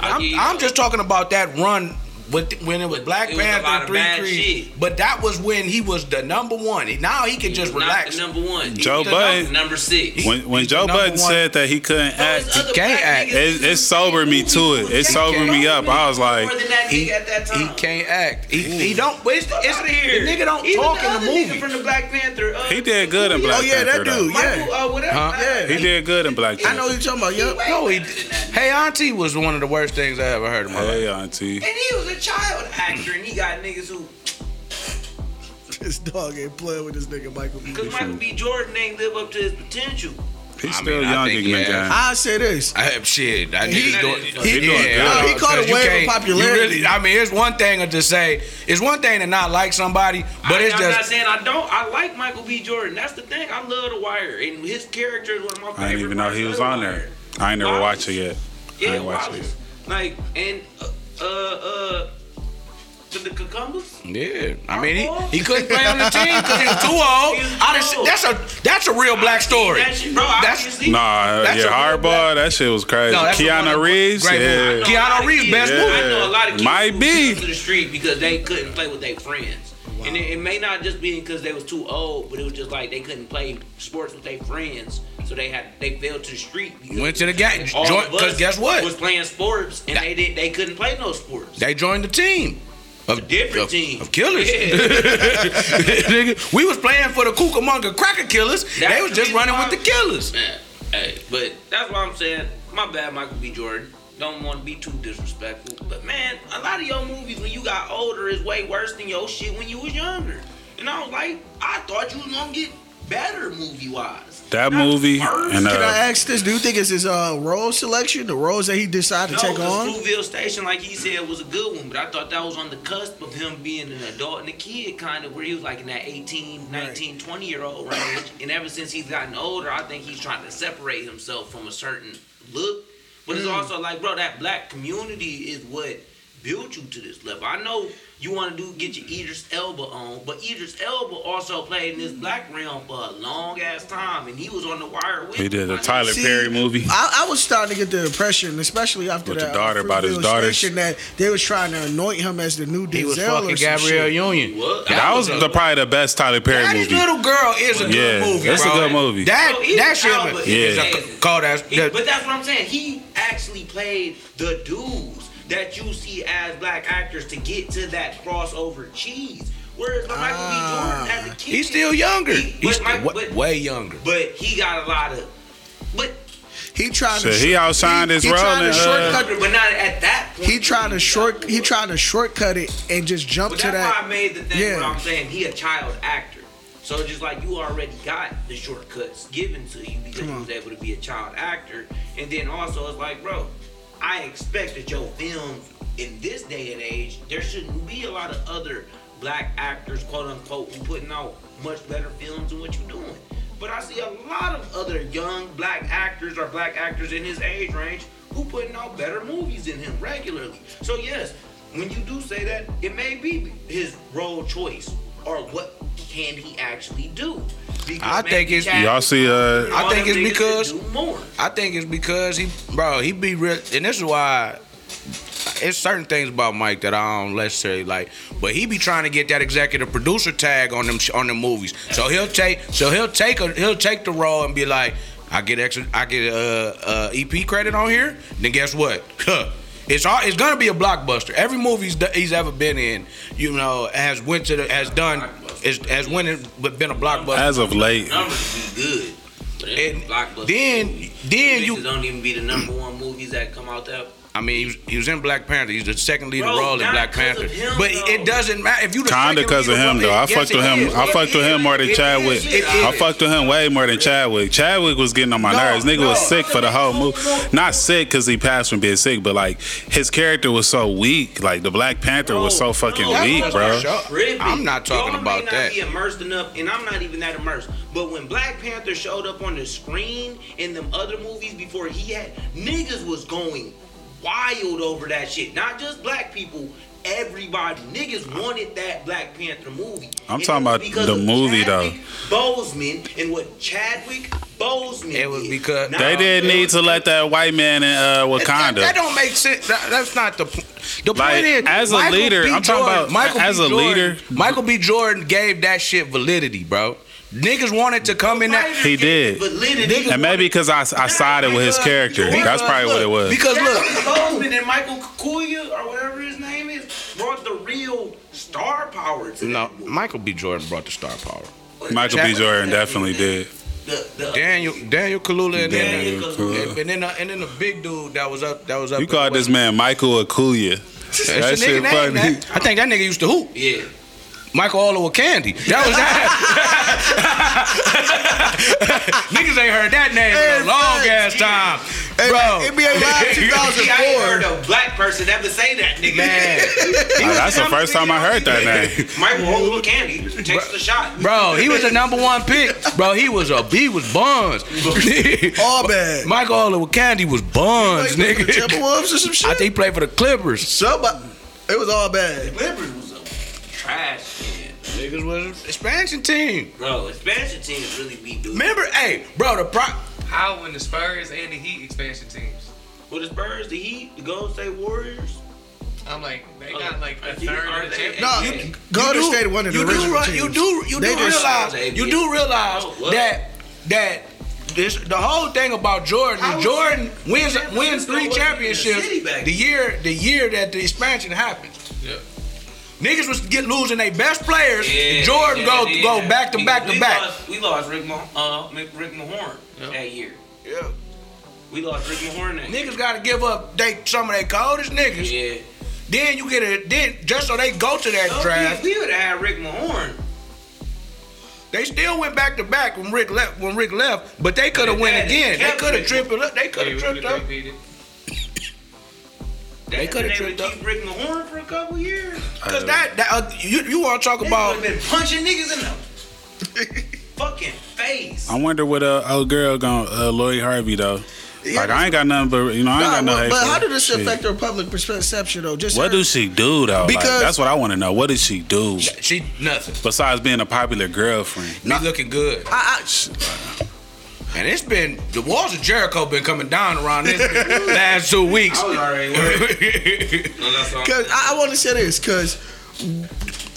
I'll give
I'm,
you
I'm
that.
just talking about that run with when it was Black
It was a lot
Panther,
of
Three
bad
Creed.
shit.
But that was when he was the number one. Now he can just
Not
relax.
the number one.
Joe
He
Budden-
was Number six.
When when
he's
Joe
the number
Budden
one.
said that he couldn't act,
other
can't
black
act.
niggas
it, it sobered me to it. It sobered me up. I was like,
more than that
He-
nigga at that time.
He can't act. He, he don't. But it's, it's
Outta here.
the nigga don't
Even
talk
the
in
other
the
Nigga
movie.
from the Black Panther. Uh,
he did good in Black
Oh, yeah, that
Panther. though.
dude.
Michael,
Yeah.
uh, whatever.
Huh?
Yeah.
He did good in Black
I know
Panther.
you're talking about. Yep.
No, he. Hey, Auntie was one of the worst things I ever heard in my life.
Hey, auntie.
And he was a child actor, and he got niggas who,
This dog ain't playing with this nigga Michael. B.
because Michael B. Jordan ain't live up to his potential.
He's
I
still
mean, I
young
think
in the
he
game.
I say this.
I have shit. I
He-
he, doing,
he
doing good.
He caught a
'cause you
wave of
can't- you
popularity.
really- I mean, it's one thing to say, it's one thing to not like somebody, but
I,
it's
I'm not
just
saying I don't. I like Michael B. Jordan. That's the thing. I love The Wire, and his character is one of my favorite.
I didn't even know
parts
he
of
was
The
on
Wire.
there. I ain't never
Wallace.
watched it yet. I
Yeah,
ain't watched it
Wallace. Like and uh uh, uh the, the cucumbers.
yeah. I mean, he, he couldn't play on the team because he was too old.
He was
I
old.
done, that's a that's a real black story.
That shit, bro.
That's-
obviously,
Nah, uh,
That's
yeah,
a real
Hardball, that shit was crazy.
No, that's a
Keanu
wonderful-
Reeves,
great movie.
yeah.
Keanu Reeves' best
yeah.
movie.
I know a lot of kids
Might
who
be.
took to the street because they couldn't play with their friends. And it, it may not just be because they was too old, but it was just like they couldn't play sports with their friends, so they had they fell to the street. because
Went to the game.
all
Join-
of us
'cause guess what?
was playing sports and
That-
they did they couldn't play no sports.
They joined the team. Of,
Different
of,
team
of killers,
Yeah.
Nigga, we was playing for the Cucamonga Cracker Killers.
That's
they was
the
just
reason
running
why-
with the killers.
Yeah. Hey, but that's what I'm saying. My bad, Michael B. Jordan. Don't want to be too disrespectful, but man, a lot of your movies when you got older is way worse than your shit when you was younger. And I was like, I thought you was gonna get better movie wise.
That movie
Can
and uh,
I ask this? Do you think it's his uh, role selection, the roles that he decided
No,
to take
because
on?
Fruitvale Station, like he said, was a good one, but I thought that was on the cusp of him being an adult and a kid, kind of where he was like in that 18, 19, 20 year old range. And ever since he's gotten older, I think he's trying to separate himself from a certain look. But
Mm.
it's also like, bro, that black community is what built you to this level. I know you want to do get your Idris Elba on, but Idris Elba also played in this
Mm.
black realm for a long ass time, and he was on the wire with.
he did a
my nigga.
Tyler Perry movie.
I, I was starting to get the impression, especially after
With the
that uh,
daughter about his
Fruitvale
daughter.
Station, that they was trying to anoint him as the new Denzel
He was
or
fucking
some
Gabrielle
shit.
Union.
What?
That was
was a-
the, probably the best Tyler Perry
Daddy's
movie.
Little Girl is a good
Yeah,
movie.
that's a
bro.
good movie.
That
So,
that
Idris
shit
Elba
was-
is
is a
amazing.
c- call that,
He-
that
but that's what I'm saying. He actually played the dudes that you see as black actors to get to that crossover cheese. Whereas like Michael B. Jordan as a kid,
Ah. he's still younger.
He-
He's
but, Mike-
wa-
but,
way younger.
but he got a lot of, but
He tried to.
Shit, he outshined his
he
role
tried to
and, uh,
shortcut.
but not at that point.
He tried to short. He tried to shortcut it and just jump
But
to
that's why I
that.
made the thing.
Yeah.
What I'm saying, he a child actor. So just like you already got the shortcuts given to you because you was able to be a child actor, and then also it's like, bro, I expect that your films in this day and age, there shouldn't be a lot of other black actors, quote unquote, who putting out much better films than what you're doing. But I see a lot of other young black actors or black actors in his age range who putting out better movies than him regularly. So yes, when you do say that, it may be his role choice or what can he actually do. Because
I think
maybe
it's-
Chad-
Y'all see, uh,
one
I think
of them
it's
niggas that
because-
do more.
I think it's because he, bro, he be real, and this is why it's certain things about Mike that I don't necessarily like, but he be trying to get that executive producer tag on them sh- on them movies. So he'll take so he'll take a, he'll take the role and be like, I get extra I get uh, uh EP credit on here. Then guess what? It's all, it's gonna be a blockbuster. Every movie he's, d- he's ever been in, you know, has went to the, has done is has went in, but been a blockbuster.
As of late,
Numbers be good. But it's
And
blockbuster.
then
movies.
then
These
you
don't even be the number one movies that come out there.
I mean, he was, he was in Black Panther. He's the second leading
Bro,
role in
not
Black
'cause
Panther.
of him,
but
though.
it doesn't matter if you the
Kinda
second
because of
leading
him
role-
though. I
Yes,
fucked
it
with him.
is.
I fucked with him more than
It
Chadwick.
is. It
I
is.
fucked with him way more than Chadwick. Chadwick was getting on my
No,
nerves. Nigga was
no.
sick for the whole movie. Not sick because he passed from being sick, but like his character was so weak. Like the Black Panther was so fucking
no,
weak,
that's
bro.
not sure. Tripping.
I'm not talking
Y'all
about
may not
that.
Be immersed enough, and I'm not even that immersed. But when Black Panther showed up on the screen in them other movies before he had, niggas was going wild over that shit. Not just black people. Everybody, niggas wanted that Black Panther movie.
I'm
And
talking
it was
about
because
the
of
movie,
Chadwick Boseman and what Chadwick Boseman.
It was
did.
because-
Not-
They didn't need to let that white man in uh,
That, that
Wakanda.
don't make sense. That, that's not the point. The
Like,
point is,
as a leader-
B.
I'm talking
Jordan-
about as
B.
a
Jordan-
leader-
Michael B. Jordan gave that shit validity, bro. Niggas wanted to come in that.
He did.
Validity.
And maybe because I, I sided with his character. That's probably what it was.
Because look,
Chadwick Boseman and Michael Kakuya or whatever his name is brought the real star power to
no,
that movie.
Michael B. Jordan brought the star power.
Michael B.
Chadwick-
Jordan definitely did.
The, the,
Daniel, Daniel Kalula, and then
Daniel
Kaluuya.
and then the, and then the big dude that was up, that was up.
You
in
called
the
this
West.
man Michael Akuya. That
That's your nigga
shit
name,
funny.
man. I think that nigga used to hoop.
yeah.
Michael Oliver Candy. That was that. Niggas ain't heard that name in a long ass time. Bro.
NBA Live
See, I ain't heard
2004.
a black person ever say that, nigga.
Man.
Nah, that's the first time I heard that name.
Michael Ola Candy takes the shot.
Bro, he was the number one pick. Bro, he was a he was buns.
All bad.
Michael Oliver Candy was buns,
Like, the
nigga.
Timberwolves or some
I
shit.
think he played for the Clippers.
Somebody. It was all bad.
Clippers was a trash can.
Niggas was expansion team.
Bro, expansion teams really be dudes.
Remember, hey, bro, the pro
How when the Spurs and the Heat expansion teams?
With the Spurs, the Heat, the Golden State Warriors.
I'm like, oh, they got like
Are
a
you- are
third of
they-
the
No,
You-
Golden
You do-
State one of the
you do
original
ri-
teams.
You do you
They
do
just-
realize you do realize
Oh, what?
that that this the whole thing about Jordan.
How
is
was-
Jordan wins
San
wins
Francisco
three
wasn't even a
championships
city back
the
then.
year the year that the expansion happened.
Yeah.
Niggas was get losing their best players.
Yeah,
and Jordan
yeah,
go
yeah.
go back to
We-
back to
we
back.
Lost, we lost Rick, Mah- uh, Mc- Rick Mahorn
Yeah.
that year. Yeah. We lost Rick Mahorn that year.
Niggas got to give up they some of their coldest niggas.
Yeah.
Then you get a then just so they go to that
Oh,
draft.
We, we would have had Rick Mahorn.
They still went back to back when Rick left. When Rick left, but they could have
They
went
had it.
again. They
Kept
could have
it.
tripped it up. They could
Hey,
have
we
tripped
could've
up.
repeated.
They
coulda
they
tripped
would keep Rick Mahorn for a couple years.
Cause that, that uh, you you want to talk
About
about?
been punching niggas in the fucking face.
I wonder what uh old girl going uh, Lori Harvey though. Like I ain't got nothing but you know I ain't
Nah,
got no.
but,
hate
but
for
how
her.
did this
Shit.
affect her public perception though? Just
What
her-
does she do though?
Because-
like, that's what I want to know. What does she do
She nothing.
besides being a popular girlfriend?
Not looking good.
I, I,
And it's been the walls of Jericho been coming down around this last two weeks.
I was already
worried.
No, that's all.
Cause I, I want to say this, cause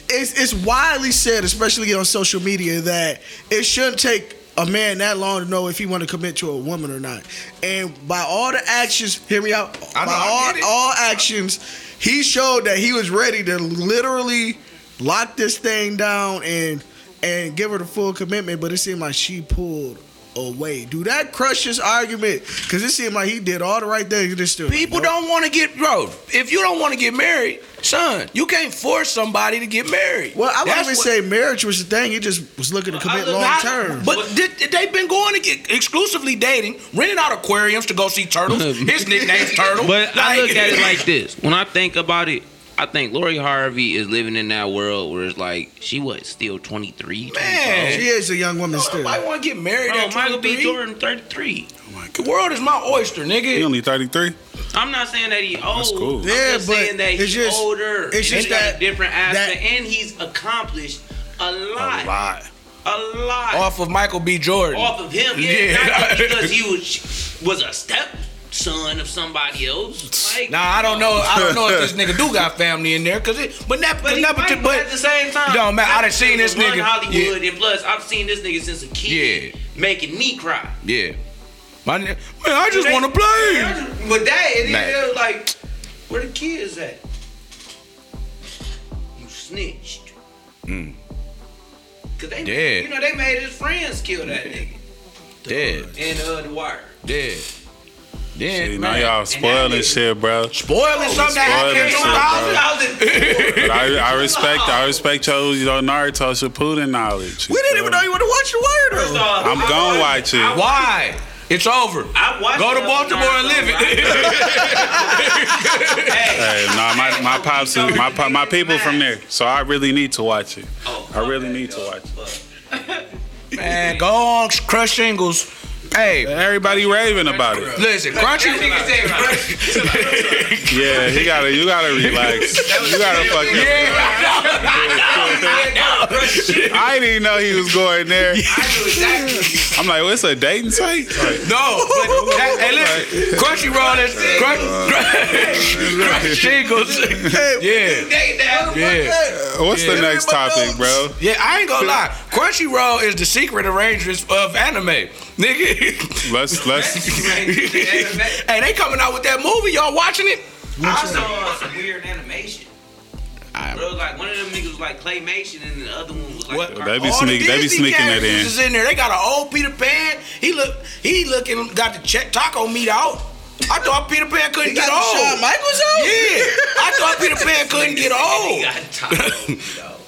it's it's widely said, especially on social media, that it shouldn't take a man that long to know if he want to commit to a woman or not. And by all the actions, hear me out.
I
by
know, I
all
get it.
all actions, he showed that he was ready to literally lock this thing down and and give her the full commitment. But it seemed like she pulled. Away, do that crush his argument? Cause it seemed like he did all the right things. and it still
People
Nope.
don't want to get bro. If you don't want to get married, son, you can't force somebody to get married.
Well, I wouldn't
That's
even
what-
say marriage was the thing. He just was looking to commit
I-
long
I-
term.
But thi- they've been going to get exclusively dating, renting out aquariums to go see turtles. His nickname's Turtle.
But I
Like-
look at it like this. When I think about it, I think Lori Harvey is living in that world where it's like she was still 23.
Man.
she is a young woman still.
I want to get married.
Bro,
at
Michael B.
23?
Jordan 33.
The world is my oyster, nigga.
He only thirty three.
I'm not saying that he old.
cool.
I'm
Yeah,
just
but
saying that
it's
he's
just-
older.
it's
and
just
he got
that-
a different aspect,
that-
and he's accomplished a
A
lot,
lot.
a lot off,
off of Michael B. Jordan.
of him. Yeah,
Yeah.
not just because he was was a step son of somebody else. Like,
Nah, I don't know. I don't know if this nigga do got family in there, cause it. But that,
But,
but,
he
that,
white,
but,
but, at the same time,
Don't matter. I
that
done seen
was
this nigga.
Hollywood, and plus, I've seen this nigga since a kid,
Yeah.
making me cry.
Yeah, yeah. My, ni- man, I just
They-
want to play.
But that, and
Nah.
then it was like, where the kids at? You snitched. Cause
Mm.
they,
Yeah.
you know, they made his friends kill that nigga
Dead,
in uh, the wire.
dead, dead.
See, now
man.
y'all spoiling shit, bro.
Oh,
Spoiling something that happened in
Spoiling shit, bro.
2000.
I was in-
But I, I respect, I respect your, you know, Naruto Shippuden knowledge.
We didn't even know you want to watch the wire
First
though.
off,
I'm
I
gonna
watched-
watch it.
I-
Why? It's over.
I watched
Go to
it up
Baltimore and live
Naruto.
it.
Hey,
Hey, nah, my, my pops, and my po- my people from there. So I really need to watch it.
Oh,
I really
okay,
need to
dog.
watch it.
man, go on, crush shingles. Hey,
Everybody raving about it.
listen, crunchy.
Yeah, he gotta, you gotta relax. You gotta fucking. I didn't know he was going there. I'm like, what's a dating site? Like,
No, but that, hey, listen, Crunchy Roll is crunch, crunch shingles. Yeah,
They that.
yeah,
what's the next topic, bro?
yeah. I ain't gonna lie, Crunchy Roll is the secret arrangements of anime, nigga.
Let's let's.
hey, they coming out with that movie. Y'all watching it?
I saw some weird animation. Bro, like one of them niggas was like claymation, and the Oh, other one was like.
What?
They be
All the
sneak- they be
Disney
sneaking that
characters
in.
Is in there. They got an old Peter Pan. He look. He looking. Got the check taco meat out. I thought Peter Pan couldn't
Got
get
the Shawn
old. Yeah,
Michaels out.
I thought Peter Pan couldn't get
He
old.
got taco, though.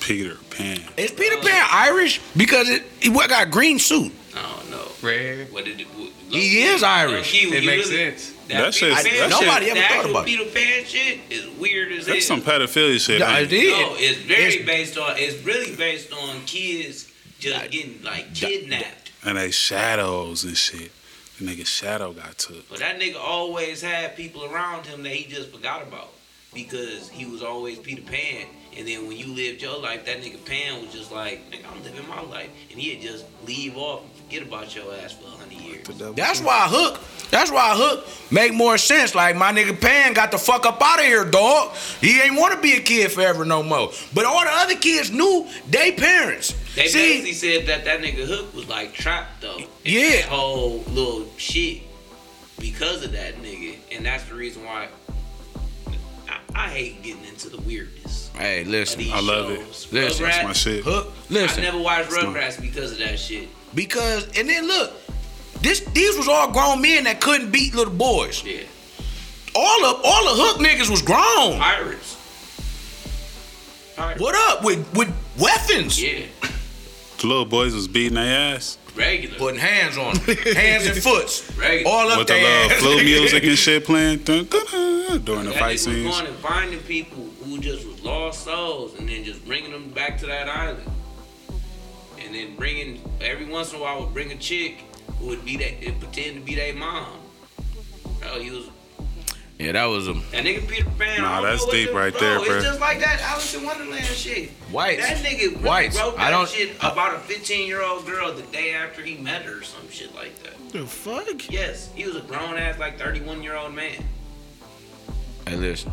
Peter Pan.
Is Peter Pan Irish? Because it, he what got a green suit.
I don't know.
Rare.
What did it, what,
He is Irish.
He,
It makes sense.
That shit's-
Peter
that
Pan shit-
nobody ever
the
thought
actual
about it.
Peter Pan shit is weird as
That's
hell.
some pedophilia shit.
Yeah, I
ain't it?
did.
No, it's very
It's-
based on. It's really based on kids just getting like kidnapped.
And they shadows and shit. The nigga shadow got took.
But that nigga always had people around him that he just forgot about because he was always Peter Pan. And then when you lived your life, that nigga Pan was just like, nigga, I'm living my life, and he'd just leave off and forget about your ass for a hundred years.
That's why Hook. That's why Hook make more sense. Like my nigga Pan got the fuck up out of here, dog. He ain't want to be a kid forever no more. But all the other kids knew they parents.
They basically
See,
said that that nigga Hook was like trapped though. in
Yeah.
that whole little shit because of that nigga, and that's the reason why I, I hate getting into the weirdness.
hey,
Of
listen,
these
I love it.
shows.
Listen,
That's my
Rugrats,
shit.
Hook,
I
listen.
never watched Rugrats because of that shit.
because and then look, this these was all grown men that couldn't beat little boys.
Yeah,
All of all the Hook niggas was grown.
pirates. Pirates.
What up with with weapons?
Yeah,
The little boys was beating their ass
regular.
Putting hands on 'em. hands and foots,
Right.
all up
with the
their
little
ass.
flu music and shit playing dun, dun, dun, during the
that
fight
nigga was
scenes.
going and finding people who just was lost souls, and then just bringing them back to that island. And then bringing every once in a while would bring a chick who would be that and pretend to be their mom. Oh, he was
Yeah, that was um, a
that nigga Peter Pan.
Nah,
I don't know
that's
what
deep
the-
right
bro,
there, bro.
It's just like that Alice in Wonderland shit.
Whites.
That nigga really
Whites.
wrote that
I don't- uh,
shit about a 15 year old girl the day after he met her, or some shit like that.
The fuck?
Yes, he was a grown ass like 31 year old man.
Hey, listen,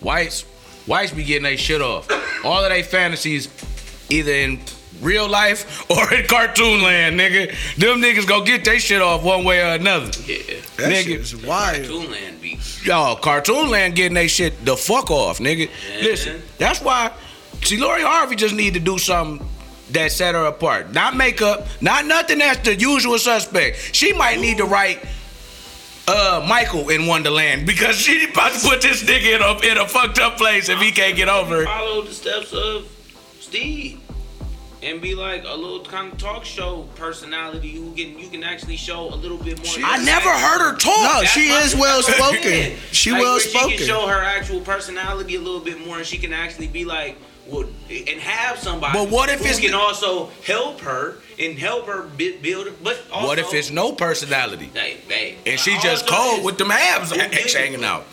whites, whites be getting they shit off. All of they fantasies, either in real life or in cartoon land, nigga. Them niggas go get they shit off one way or another.
Yeah,
That
Nigga.
shit is wild.
Toonland beat.
Y'all, cartoon land getting they shit the fuck off, nigga. Listen, that's why. See, Lori Harvey just need to do something that set her apart. Not makeup, not nothing that's the usual suspect. She might need to write. Uh, Michael in Wonderland because she about to put this nigga in a in a fucked up place if he can't get over it.
follow the steps of Steve and be like a little kind of talk show personality who can you can actually show a little bit more.
I never heard her talk.
No, she
That's
is
my-
well
Yeah.
spoken. She
Like,
well
where She can
spoken.
show her actual personality a little bit more, and she can actually be like, well, and have somebody.
But what if
who
it's-
can also help her and help her bu- build? But also,
what if it's no personality
Hey, hey,
and she
but
just
also
cold
it's-
with them abs
Who
h-
gives a
hanging out?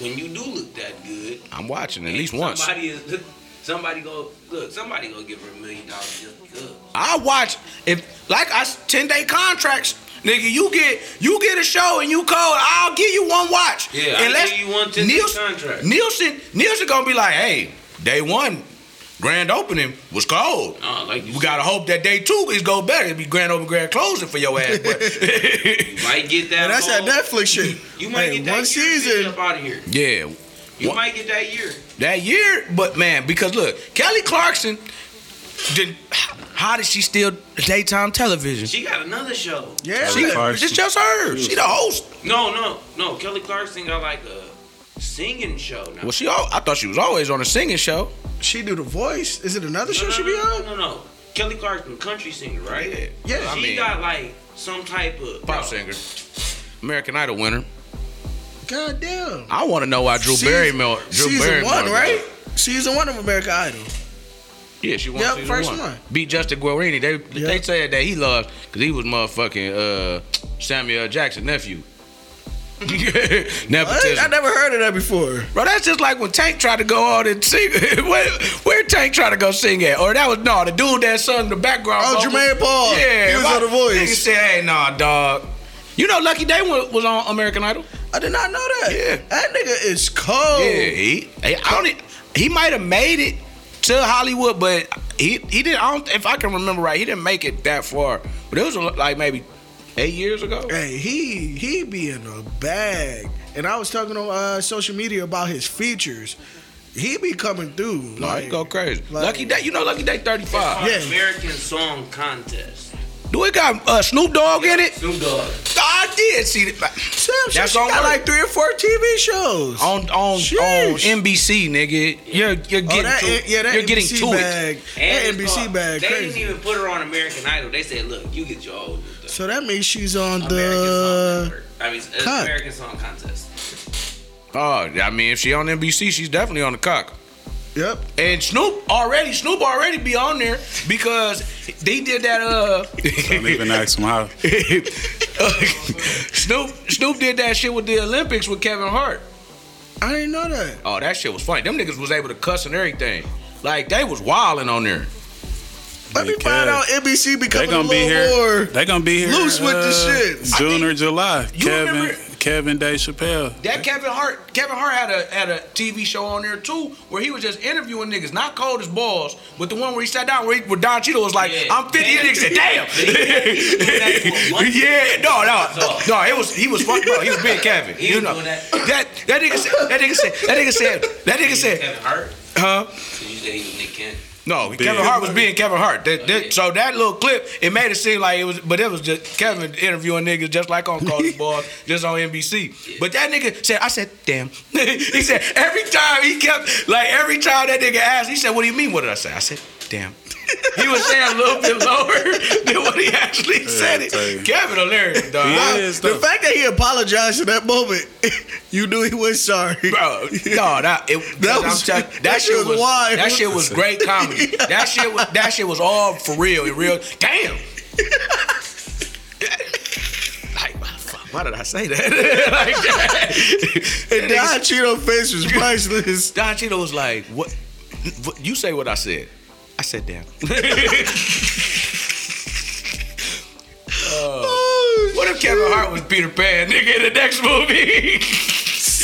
When you do look that good,
I'm watching at least
somebody
once.
is somebody go look. Somebody gonna give her a million dollars just because.
I watch if like I s- ten day contracts. Nigga, you get you get a show and you cold, I'll give you one watch.
Yeah, I'll
Unless
give you one ten-day contract.
Nielsen, Nielsen gonna be like, hey, day one, grand opening was cold.
Nah, like you
we gotta hope that day two is go better. It'd be grand open, grand closing for your ass. But
Might get that.
And that's that
whole-
Netflix shit.
You might
Hey,
get that
one
year
season.
up out of here.
yeah,
You
One-
might get that year.
that year, but man, because look, Kelly Clarkson, did, how did she steal daytime television?
She got another show.
Yeah.
She-
It's just her. She the host.
No, no, no. Kelly Clarkson got like a singing show now.
Well, she. Al- I thought she was always on a singing show.
She do the voice. Is it another
no,
show
no,
she
no,
be
no,
on?
No, no, no. Kelly Clarkson, country singer, right?
Yeah.
She
I mean,
got like some type of
pop
uh, bro,
singer, American Idol winner.
God damn.
I want to know why Drew
Season-
Barrymore. Drew
season
Barrymore
one,
got-
right? Season one of America Idol.
Yeah, she won
Yep,
season
first
one.
one.
Beat Justin Guarini. They they said that he lost because he was motherfucking uh, Samuel L. Jackson nephew.
What? I
Nepotism.
never heard of that before.
Bro, that's just like when Tank tried to go on and sing. where, where Tank tried to go sing at? Or that was no, the dude that sung the background.
Oh,
vocal.
Jermaine Paul.
Yeah,
He was
why-
on The Voice.
Nigga said, "Hey, nah, dog." You know, Lucky Day wa- was on American Idol.
I did not know that.
Yeah.
That nigga is cold.
Yeah, he, he- I don't. e- He might have made it to Hollywood, but he he didn't. I don't, if I can remember right, he didn't make it that far. But it was like maybe eight years ago.
Hey, he he be in a bag. And I was talking on uh, social media about his features. He be coming through.
No, he
like-
go crazy.
like-
Lucky Day, you know, Lucky Day thirty five.
Yeah.
American Song Contest.
Do it got uh, Snoop Dogg in it?
Snoop Dogg.
I did see that.
Sam, she-
That's
she
on
got
work.
like three or four TV shows.
on on on
Sheesh.
NBC, nigga. You're you're getting
oh, that,
to,
yeah, that
you're getting
NBC
to it.
bag. That
it's
NBC
called-
bag.
They
Crazy.
didn't even put her on American Idol. They said, "Look, you get your old."
So that means she's on
American Song
the.
Network. I mean, it's
Con-
American Song Contest.
Oh, I mean, if she on NBC, she's definitely on the cock.
Yep.
And Snoop already, Snoop already be on there because they did that. Uh,
Don't even ask him how.
Snoop Snoop did that shit with the Olympics with Kevin Hart.
I didn't know that.
Oh, that shit was funny. Them niggas was able to cuss and everything. Like they was wilding on there.
Let me
Because
find out NBC
They
becoming a
gonna
little
be
more.
here. They gonna be here.
loose with the shit. I
June or July.
Uh, you
Kevin
remember-
Kevin Day Chappelle.
That Kevin Hart, Kevin Hart had a had a TV show on there too, where he was just interviewing niggas, not cold as balls, but the one where he sat down, where, he, where Don Cheadle was like,
Yeah.
"I'm 50," and niggas said, "Damn." yeah, no, no, no. It was he was fuck, bro. He was big Kevin.
He
you
ain't
know
doing
that.
that.
that nigga said that nigga said that nigga said that nigga said,
Kevin Hart.
huh?
You said he was Nick Cannon.
No,
Big.
Kevin Hart was being Kevin Hart. That, that-
yeah.
So that little clip, it made it seem like it was, but it was just Kevin interviewing niggas just like on Call Ball, just on NBC. But that nigga said, I said, damn. he said, every time he kept, like every time that nigga asked, he said, what do you mean? What did I say? I said, damn. he was saying a little bit lower than what he actually said
I tell you.
it. Kevin hilarious, dog.
He
I-
is. It's
the
tough.
fact that he apologized in that moment, you knew he was sorry.
Bro, no, that it,
That
that,
was-
was, I'm tell- that,
that
shit
was
was,
wild.
that shit was great comedy. That shit was that shit was all for real. It real. Damn. like, why, fuck, why did I say that? like that.
And
And
Don
niggas-
Cheeto face was priceless.
Don Cheeto was like, what, what? You say what I said. I said damn.
Oh,
What if Kevin Hart was Peter Pan, nigga, in the next movie?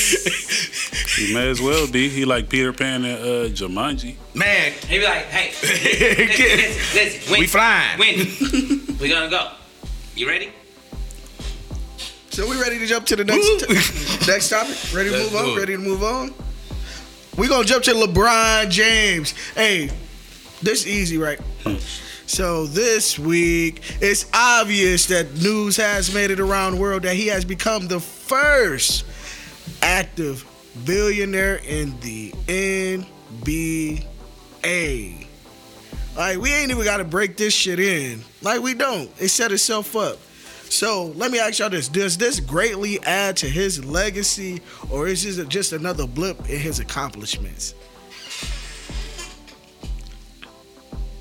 He may as well be. He like Peter Pan and uh, Jumanji.
Man,
He be like, "Hey, listen, listen, listen, Wendy,
we flying.
Wendy, we gonna go. You ready?
So we ready to jump to the next t- next topic? Ready to
Let's
move on?
do it.
Ready to move on? We gonna jump to LeBron James. Hey, this easy, right?
Hmm.
So this week, it's obvious that news has made it around the world that he has become the first active billionaire in the NBA. Like we ain't even gotta break this shit in. Like we don't. It set itself up. So let me ask y'all this: Does this greatly add to his legacy, or is this just another blip in his accomplishments?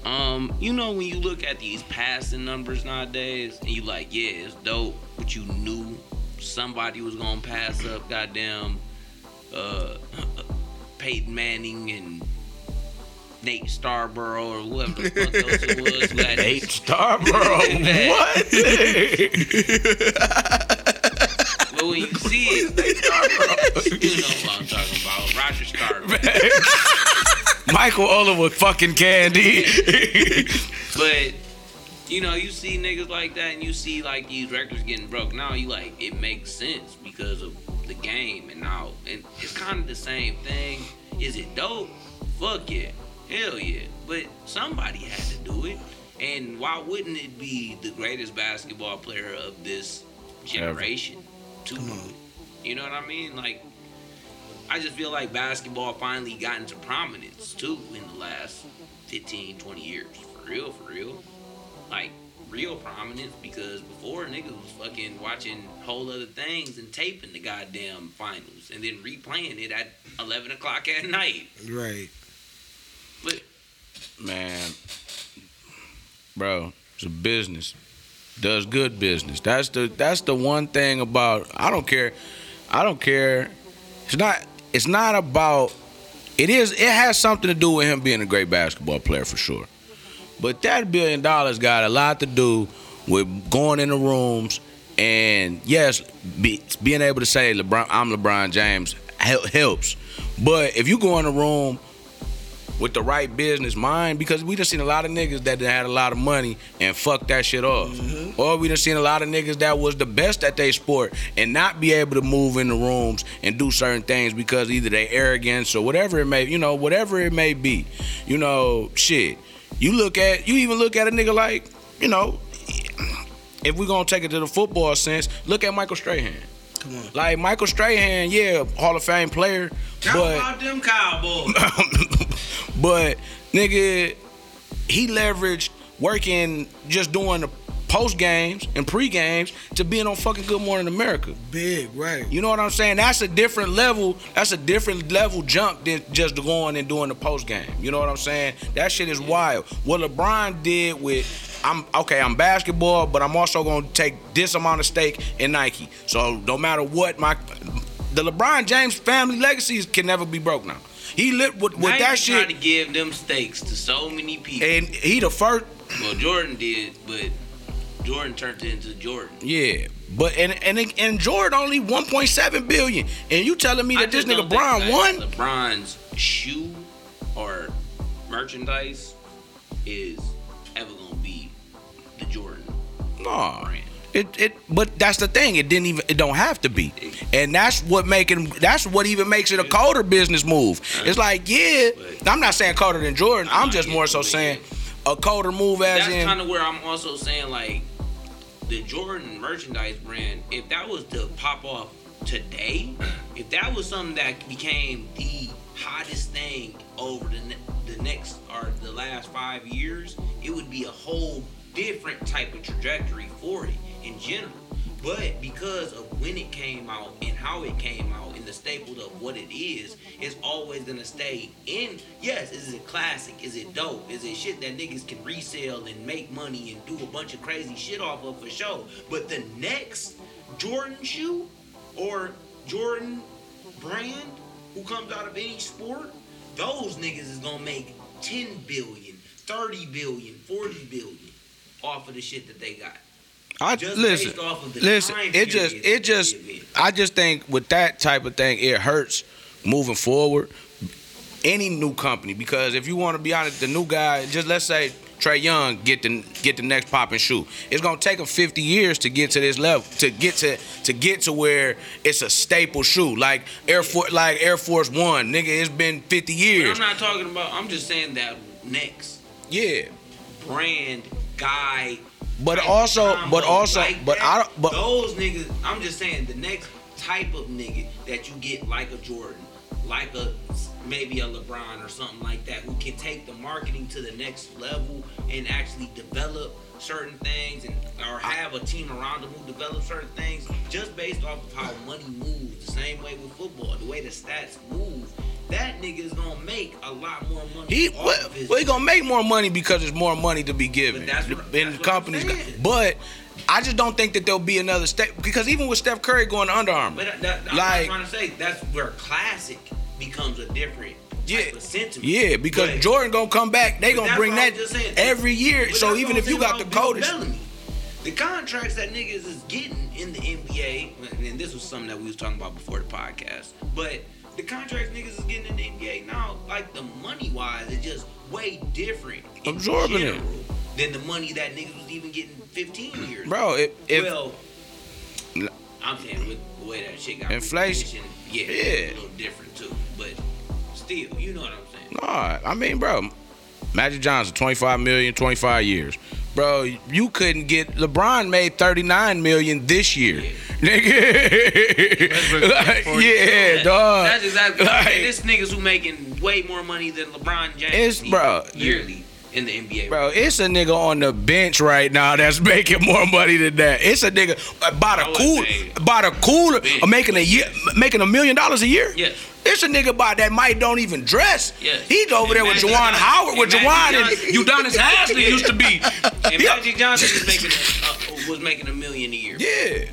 Um, you know when you look at these passing numbers nowadays, and you like, yeah, it's dope, but you knew somebody was gonna pass up, goddamn, uh, Peyton Manning and Nate Starborough or whoever the fuck those it was. who had
Nate
this-
Starborough. what?
But when you see it, Nate Starborough, you know what I'm talking about. Roger Starborough.
Michael Oliver fucking candy.
But you know, you see niggas like that, and you see like these records getting broke. Now you like it makes sense because of the game and now, and it's kind of the same thing. Is it dope? Fuck yeah, hell yeah. But somebody had to do it, and why wouldn't it be the greatest basketball player of this generation to do it? You know what I mean? Like. I just feel like basketball finally got into prominence too in the last 15, 20 years. For real, for real. Like, real prominence because before niggas was fucking watching whole other things and taping the goddamn finals and then replaying it at 11 o'clock at night.
Right.
But
Man, bro, it's a business. Does good business. That's the that's the one thing about I don't care. I don't care. It's not it's not about it is it has something to do with him being a great basketball player for sure. But that billion dollars got a lot to do with going in the rooms and yes, be, being able to say LeBron, I'm LeBron James hel- helps. But if you go in the room with the right business mind, because we done seen a lot of niggas that done had a lot of money and fucked that shit off,
Mm-hmm.
or we done seen a lot of niggas that was the best at their sport and not be able to move in the rooms and do certain things because either they arrogance or whatever it may, you know, whatever it may be, you know, shit. You look at, you even look at a nigga like, you know, if we gonna take it to the football sense, look at Michael Strahan.
Come on.
Like Michael Strahan, yeah, Hall of Fame player,
how
but
about them Cowboys?
but nigga, he leveraged working just doing the post games and pre games to being on fucking Good Morning America.
Big. Right.
You know what I'm saying? That's a different level. That's a different level jump than just going and doing the post game. You know what I'm saying? That shit is wild. What LeBron did with I'm okay, I'm basketball, but I'm also gonna take this amount of stake in Nike. So no matter what my the LeBron James family legacies can never be broke now. He lit with, with that
trying to
shit
give them stakes to so many people.
and he the first
well, Jordan did, but Jordan turned into Jordan.
Yeah. But and and and Jordan only 1.7 billion. And you telling me
I
that this
just
nigga
don't think
Bron
that
won?
LeBron's shoe or merchandise is ever gonna be the Jordan.
No. It, it but that's the thing it didn't even it don't have to be and that's what making that's what even makes it a colder business move it's like yeah i'm not saying colder than jordan i'm just more so saying a colder move as
That's kind
in
of where I'm also saying like the Jordan merchandise brand. If that was to pop off today, if that was something that became the hottest thing over the ne- the next or the last five years, it would be a whole different type of trajectory for it in general. But because of when it came out and how it came out and the staple of what it is, it's always gonna stay in. Yes, is it classic? Is it dope? Is it shit that niggas can resell and make money and do a bunch of crazy shit off of for sure? But the next Jordan shoe or Jordan brand who comes out of any sport, those niggas is gonna make 10 billion, 30 billion, 40 billion off of the shit that they got.
i
just
listen
based off of the
listen
time
it just
period
it
that
just
we live in.
i just think with that type of thing it hurts moving forward any new company because if you want to be honest, the new guy, just let's say Trey Young get the get the next popping shoe. It's gonna take him 50 years to get to this level, to get to to get to where it's a staple shoe like Air Force, like Air Force One, nigga. It's been 50
But
years.
I'm not talking about, I'm just saying that next
yeah,
brand guy.
but
type
also,
combo
but also,
like
but
that,
I don't, but
those niggas. I'm just saying the next type of nigga that you get like a Jordan, like a maybe a LeBron or something like that, who can take the marketing to the next level and actually develop certain things and or have a team around them who develop certain things just based off of how money moves. The same way with football, the way the stats move. That nigga is gonna make a lot more money.
He
off
what?
of his
Well, he gonna make more money because there's more money to be given.
But that's what-
and the
that's what
companies,
I'm
go-
saying.
but I just don't think that there'll be another step because even with Steph Curry going to Under Armour,
But that, that, I'm
Like-
trying to say that's where classic becomes a different
Yeah.
type of sentiment.
Yeah, because
But-
Jordan gonna come back. They
but
gonna
that's
bring
what I'm
that
just saying.
every year.
But
so
that's
even
what
if you
I'm
got the
saying about Bill
coldest,
Bellamy. the contracts that niggas is getting in the NBA, and this was something that we was talking about before the podcast, but the contracts niggas is getting in the NBA now, like the money wise, is just way different. in
Absorbing it.
general Than the money that niggas was even getting 15 years.
bro, if, if
well, I'm saying with the way that shit got
Inflation.
repositioned, yeah, it's a
Yeah.
little different too. But still, you know what I'm saying.
Nah, I mean, bro, Magic Johnson, 25 million, 25 years. Bro, you couldn't get LeBron made 39 million this year. Nigga. Like, yeah, dog.
That's exactly.
Like,
this niggas who making way more money than LeBron James.
It's-
did
bro.
yearly in the NBA.
Bro, it's a nigga on the bench right now that's making more money than that. It's a nigga by
I
the
would
cool,
say-
by the cooler,
Bench,
making a year, making a million dollars a year.
Yes.
It's a nigga by that might don't even dress.
Yes.
He's over there with
Imagine-
Jawan Howard, with
Imagine
Jawan and
Johnson.
Udonis Hasley used to be.
And
Yeah.
Magic Johnson was making a, uh, was making a million a year.
Yeah.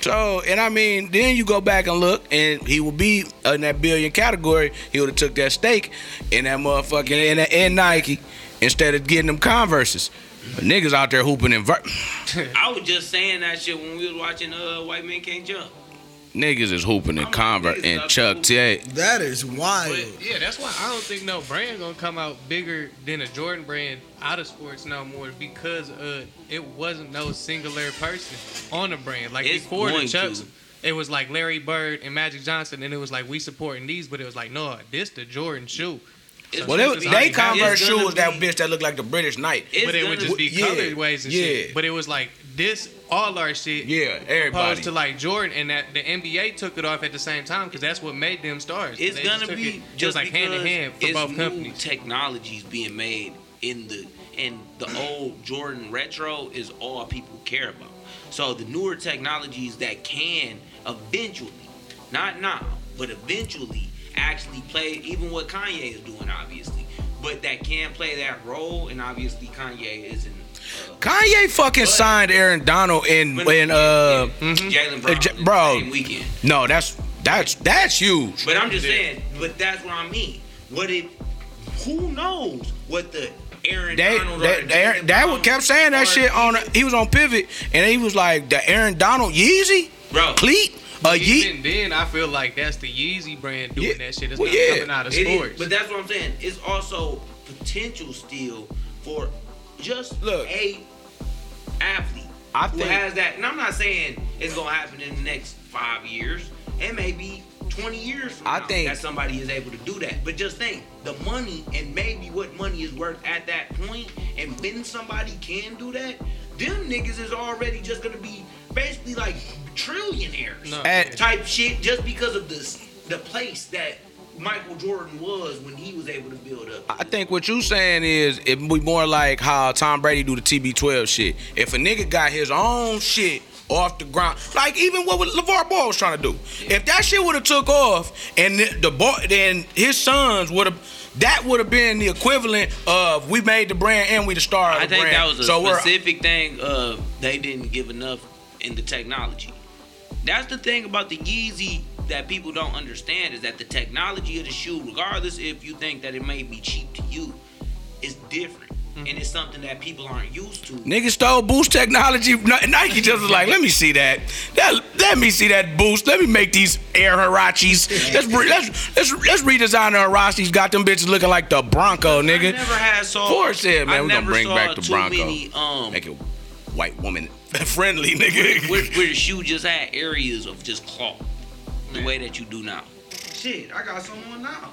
So, and I mean, then you go back and look, and he will be in that billion category. He would have took that stake in that motherfucking in, that, in Nike instead of getting them Converses. But niggas out there hooping and ver-
I was just saying that shit when we was watching uh White Men Can't Jump.
niggas is hooping in
I'm
Converse
niggas
and
out
Chuck T.
That is wild.
Yeah, that's why I don't think no brand gonna come out bigger than a Jordan brand out of sports no more because uh it wasn't no singular person on the brand. Like
It's
before the
going
Chucks,
to.
it was like Larry Bird and Magic Johnson, and it was like we supporting these, but it was like no, this the Jordan shoe.
It's
Well, they,
it's
they
gonna
Converse
be-
shoes that bitch that look like the British Knight.
It's
but it would
gonna
just be
Yeah,
colorways and
yeah.
shit. But it was like this all our shit.
Yeah,
Opposed
everybody.
to like Jordan and that the NBA took it off at the same time because that's what made them stars.
It's
They
gonna
took
be
it- it was,
just
like hand in
because
hand for
it's
both
new
companies.
Technologies being made in the and the old Jordan retro is all people care about. So the newer technologies that can eventually, not now, but eventually actually play even what Kanye is doing, obviously, but that can play that role. And obviously Kanye is in. Uh,
Kanye fucking signed Aaron Donald in
but-
in uh
Jalen Brown,
Uh, J-
the
bro.
same weekend.
no that's that's that's huge.
But I'm just saying, but that's what I mean. What if? Who knows what the Aaron
They,
Donald or
they,
the
they, that
Jalen Brown
would kept saying that
are-
shit on. He was on pivot, and he was like the Aaron Donald Yeezy
Bro,
cleat, a Yeezy.
Even then, I feel like that's the Yeezy brand doing
Yeah.
that shit. It's
Well,
not
yeah.
coming out of
it is-
sports.
but that's what I'm saying. It's also potential still for just
Look.
a athlete
I
who
think-
has that. And I'm not saying it's gonna happen in the next five years. It may be 20 years from
I
now
think-
that somebody is able to do that. But just think, the money and maybe what money is worth at that point, and when somebody can do that, them niggas is already just gonna be basically like trillionaires
No.
At-
type shit just because of this the place that Michael Jordan was when he was able to build up.
I think what you saying is it be more like how Tom Brady do the TB12 shit. If a nigga got his own shit off the ground, like even what LeVar Ball was trying to do. If that shit would have took off and the, the boy, then his sons would have. That would have been the equivalent of we made the brand and we the star of the
I think
brand.
that was a
so we're
specific thing uh, they didn't give enough in the technology. That's the thing about the Yeezy that people don't understand is that the technology of the shoe, regardless if you think that it may be cheap to you, is different.
Mm-hmm.
And it's something that people aren't used to.
Niggas stole Boost technology. N- Nike just was like, let me see that. that. Let me see that Boost. Let me make these Air Hirachis. Let's, re- let's, let's, let's redesign the Hirachis. Got them bitches looking like the Bronco,
I
nigga.
never had saw.
Ford said, man,
I
we're going
never
to bring
saw
back the
too
Bronco.
Many, um,
Make it white woman friendly, nigga.
where, where the shoe just had areas of just cloth, the way that you do now. Shit, I got someone now.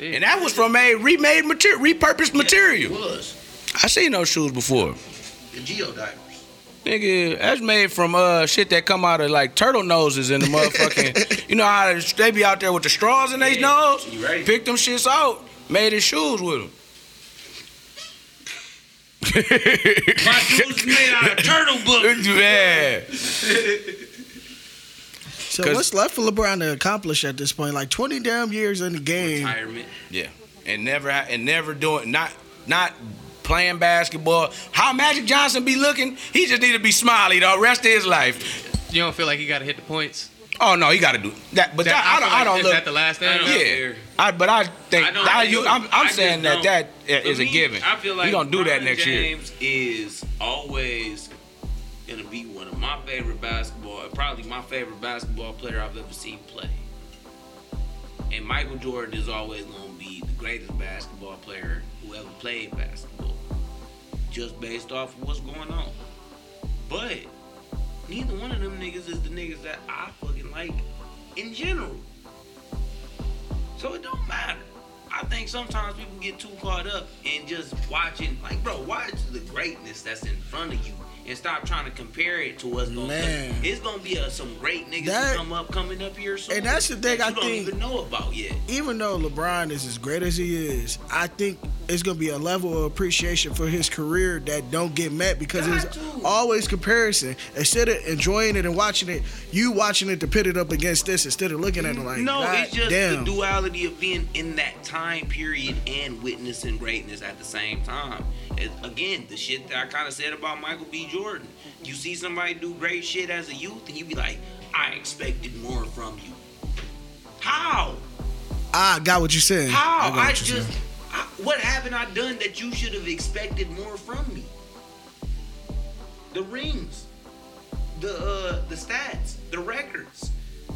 and that was from a remade material, repurposed material.
was
I seen those shoes before.
the Geo Divers.
Nigga, that's made from uh shit that come out of like turtle noses and the motherfucking. you know how they be out there with the straws in their
Yeah,
nose?
you right.
Picked them shits out, made his shoes with them.
My shoes is made out of turtle book.
yeah.
So
'Cause-
what's left for LeBron to accomplish at this point? Like twenty damn years in the game.
Retirement.
Yeah. And never ha- and never doing not not playing basketball. How Magic Johnson be looking? He just need to be smiley the rest of his life.
you don't feel like he got to hit the points.
Oh no, he got to do that. But
That-
that, I, don't. I
I feel like
don't
is
look.
that the last thing?
I don't
Yeah,
care.
I, but I think
I don't
I,
care.
you, I'm,
I
I'm
just
saying that
don't.
that
For
is a
me,
given.
I feel like
we gonna do that
LeBron
next year.
James is always gonna be one of my favorite basketball, probably my favorite basketball player I've ever seen play. And Michael Jordan is always gonna be the greatest basketball player who ever played basketball, just based off of what's going on. But neither one of them niggas is the niggas that I fucking like in general. So it don't matter. I think sometimes people get too caught up in just watching, like, bro, watch the greatness that's in front of you and stop trying to compare it to what's going
Man.
on. It's going to be uh, some great niggas
That-
who come up, coming up here soon.
And that's the thing
that
I
you don't
think-
even know about yet.
even though LeBron is as great as he is, I think it's gonna be a level of appreciation for his career that don't get met because
Got
it's
to.
always comparison. Instead of enjoying it and watching it, you watching it to pit it up against this instead of looking at it like
no,
God
it's just
damn.
the duality of being in that time period and witnessing greatness at the same time. It- again, the shit that I kind of said about Michael B. Jordan. You see somebody do great shit as a youth, and you be like, I expected more from you. How?
I got what you're saying.
How?
got
I,
what you're
just.
saying.
I, what haven't I done that you should have expected more from me? The rings, the uh, the stats, the records,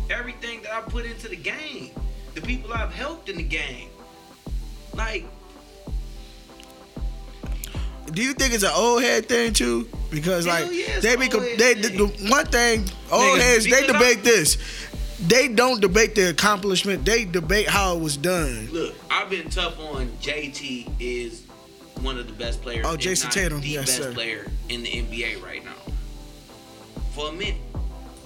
everything that I put into the game, the people I've helped in the game. Like,
Do you think it's an old head thing too? Because
Hell
like
yeah, it's
they
an
be
old
com-
head
they the,
thing.
the one thing old
Niggas-
heads they
because I-
debate this. They don't debate the accomplishment. They debate how it was done.
look, I've been tough on JT is one of the best players.
Oh,
if
Jason
not
Tatum.
the
Yes,
best
sir.
player in the NBA right now. For a minute,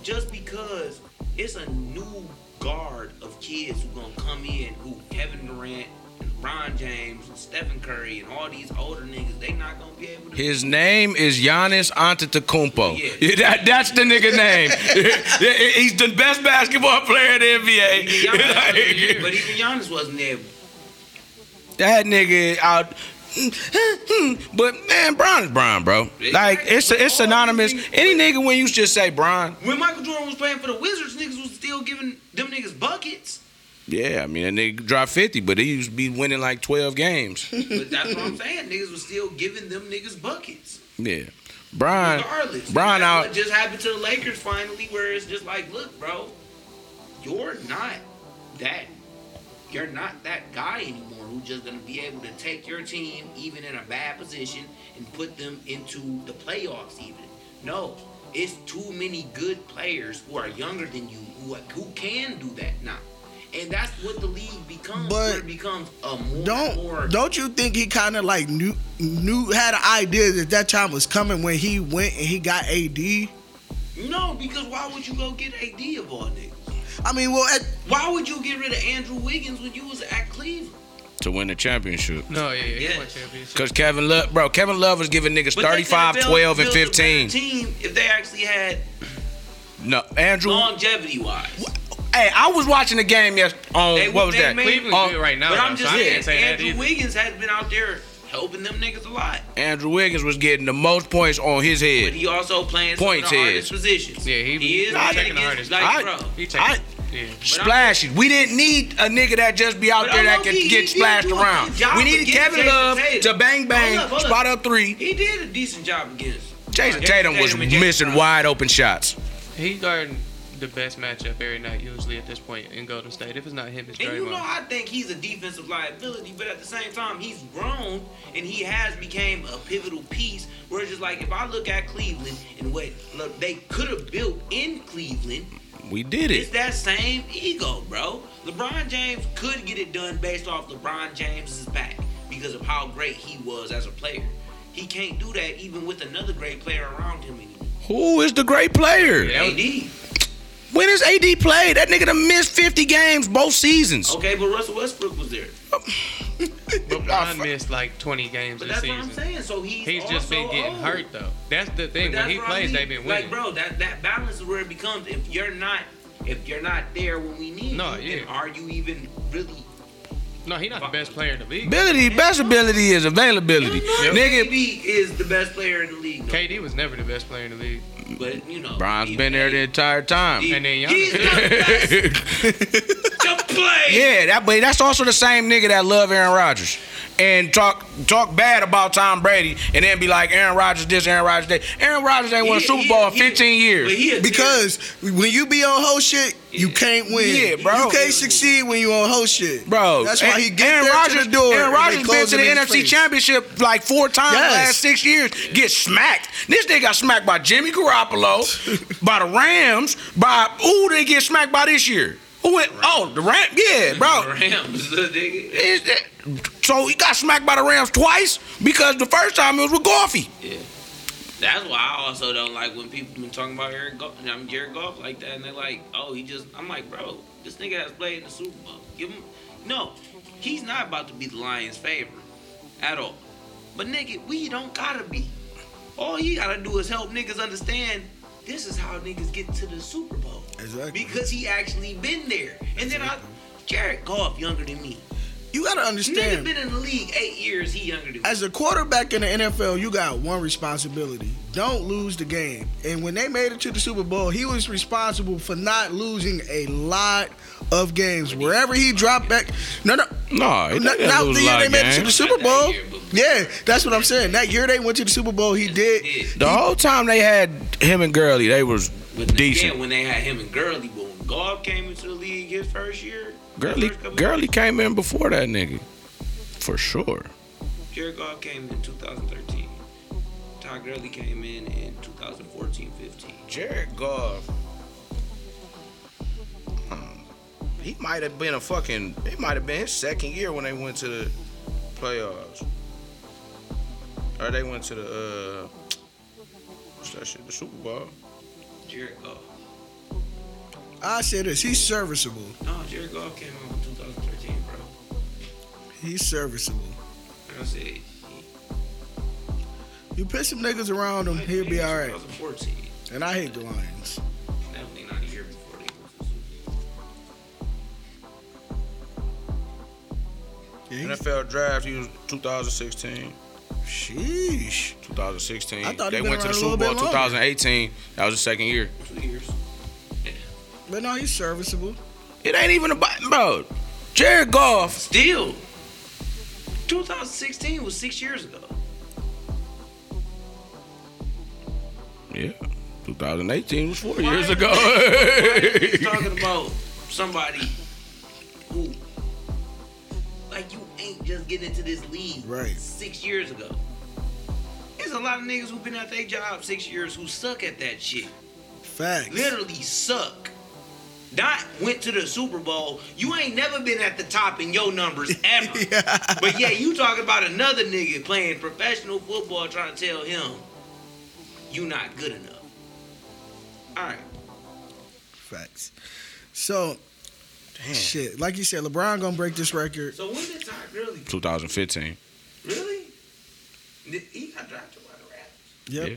just because it's a new guard of kids who gonna come in, who Kevin Durant. and LeBron James and Stephen Curry and all these older niggas, they not gonna be able to.
His name is Giannis Antetokounmpo.
Yeah.
Yeah, that- that's the nigga name. Yeah, He's the best basketball player in the NBA.
Giannis wasn't there,
Like,
but even Giannis wasn't there.
that nigga out. But man, Bron is Bron, bro. Like it's it's synonymous. Any nigga when you just say Bron,
When Michael Jordan was playing for the Wizards, niggas was still giving them niggas buckets.
yeah, I mean that nigga dropped fifty, but he used to be winning like twelve games.
But that's what I'm saying. Niggas was still giving them niggas buckets.
Yeah, Bron,
Regardless.
Bron
That's
out.
What just happened to the Lakers finally, where it's just like, look, bro, you're not that. You're not that guy anymore who's just gonna be able to take your team, even in a bad position, and put them into the playoffs. Even no, it's too many good players who are younger than you who who can do that now, and that's what the league becomes.
But
where it becomes a more more
Don't don't you think he kind of like knew knew had an idea that that time was coming when he went and he got AD?
No, because why would you go get AD of all niggas?
I mean, well, at,
Why would you get rid of Andrew Wiggins when you was at Cleveland?
to win the championship.
No, yeah, yeah.
Yeah.
He won championship.
Cause Kevin Love, bro, Kevin Love was giving niggas
But they
35,
could've built-
12, and
built a better
15.
Team, if they actually had
No, Andrew.
longevity wise.
Hey, I was watching the game yes on
They-
what was
they
that?
made-
Cleveland's
on-
good right now,
uh, But I'm
though,
just
so I
saying,
can't say that
Andrew
either.
Wiggins has been out there helping them niggas a lot.
Andrew Wiggins was getting the most points on his
But
head.
he also playing some
Points
of the hardest
is-
positions.
Yeah, he-
he is
he
playing
taking the
against,
hardest.
like,
I-
bro.
He
I-
takes. Yeah.
Splashy. We didn't need a nigga that just be out
But
there
I
that
know
can
he-
get
he
splashed
did do a
around.
good job
We needed
against
Kevin
Jason
Love
Tatum.
to bang bang,
Hold up, hold up.
spot up three.
He did a decent job against
Jason
Jason
Tatum was
and Jason
missing
Brown.
wide open shots.
He guarding the best matchup every night, usually at this point in Golden State. If it's not him, it's
And you know,
Draymond.
I think he's a defensive liability, but at the same time, he's grown and he has became a pivotal piece. Where it's just like, if I look at Cleveland and what look, they could have built in Cleveland,
We did
it's
it.
that same ego, bro. LeBron James could get it done based off LeBron James's back because of how great he was as a player. He can't do that even with another great player around him anymore.
Who is the great player?
Yeah.
AD.
When is AD played? That nigga done missed 50 games both seasons.
Okay, but Russell Westbrook was there.
LeBron missed like 20 games
But
this
that's
season.
what I'm saying. So he's,
He's just been
also
getting
old.
hurt though. That's the thing.
But
When he
that's what I
plays,
mean.
they've been winning.
Like, bro, that, that balance is where it becomes. If you're not, if you're not there when we need
No,
you, then
yeah.
are you even really
No, he not the best player in the league.
Ability, best ability is availability. Nigga,
KD is the best player in the league, though,
KD was never the best player in the league.
but you know
Bron's
he
been there the
played.
entire time.
He-
And then
he's the
Giannis.
best to play.
Yeah, that but that's also the same nigga that love Aaron Rodgers and talk talk bad about Tom Brady and then be like Aaron Rodgers this, Aaron Rodgers that. Aaron Rodgers ain't won a
He-
Super
he-
Bowl in
he-
15
but
years.
he a
Because when you be on whole shit, you can't win.
Yeah, bro.
You can't succeed when you on whole shit,
Bro,
That's why
A-
he get Aaron there Rodgers, to the door.
Aaron
and they
Rodgers been
close
to
it
the
in his
NFC
face.
Championship like four times in the
Yes.
last six years. Get smacked. This nigga got smacked by Jimmy Garoppolo, by the Rams, by who they get smacked by this year? Who? Went, oh, the Rams. Yeah, bro.
Rams, the nigga.
Is that, so he got smacked by the Rams twice because the first time it was with Goffy.
That's why I also don't like when people been talking about Aaron Goff, I mean, Jared Goff like that, and they're like, "Oh, he just." I'm like, bro, this nigga has played in the Super Bowl. Give him. No, he's not about to be the Lions' favorite at all. But nigga, we don't gotta be. All you gotta do is help niggas understand. This is how niggas get to the Super Bowl.
Exactly.
Because he actually been there. And then I, Jared Goff younger than me.
You gotta
Nigga
understand.
been in the league eight years. He younger than me.
as a quarterback in the NFL, you got one responsibility. Don't lose the game. And when they made it to the Super Bowl, he was responsible for not losing a lot of games. Wherever he dropped back, no, no.
No, he
Not,
didn't
not
lose
the
a
year
lot
they
of
made it to the
games.
Super
Not that
Bowl.
year, but-
yeah, that's what I'm saying. That year they went to the Super Bowl, he did.
did.
The whole time they had him and Gurley, they was
But then
decent.
again, when they had him and Gurley, but when Goff came into the league his first year,
Gurley,
first couple
Gurley
years,
came in before that nigga, for sure.
Jared Goff came in 2013. Todd Gurley came in in 2014-15.
Jared Goff, Um, he might have been a fucking. It might have been his second year when they went to the playoffs, or they went to the uh, what's that shit, the Super Bowl.
Jared Goff.
I say this, he's serviceable.
No, Jared Goff came in 2013, bro.
He's serviceable.
And I said, he-
You put some niggas around him, he'll be all right.
2014.
And I hate the Lions.
Definitely not a year before they went to the Super Bowl.
Yeah,
NFL draft, he was 2016.
he- sheesh.
2016.
I thought he
they
been
went to the
around a
Super
little
Bowl
bit longer.
2018. That was the second year.
Two years.
But no, he's serviceable.
It ain't even about bro. Jared Goff.
Still, 2016 was six years ago.
Yeah. 2018 was four years
Why-
ago.
He's talking about somebody who, like, you ain't just getting into this league
Right.
six years ago. There's a lot of niggas who've been at their job six years who suck at that shit.
Facts.
Literally suck. Not went to the Super Bowl. You ain't never been at the top in your numbers ever. But yeah, you talking about another nigga playing professional football trying to tell him you not good enough. All right.
Facts. So, shit, like you said, LeBron gonna break this record.
So when did Todd Gurley
2015.
Really? Th- He got drafted by the Raptors.
Yep.
Yeah.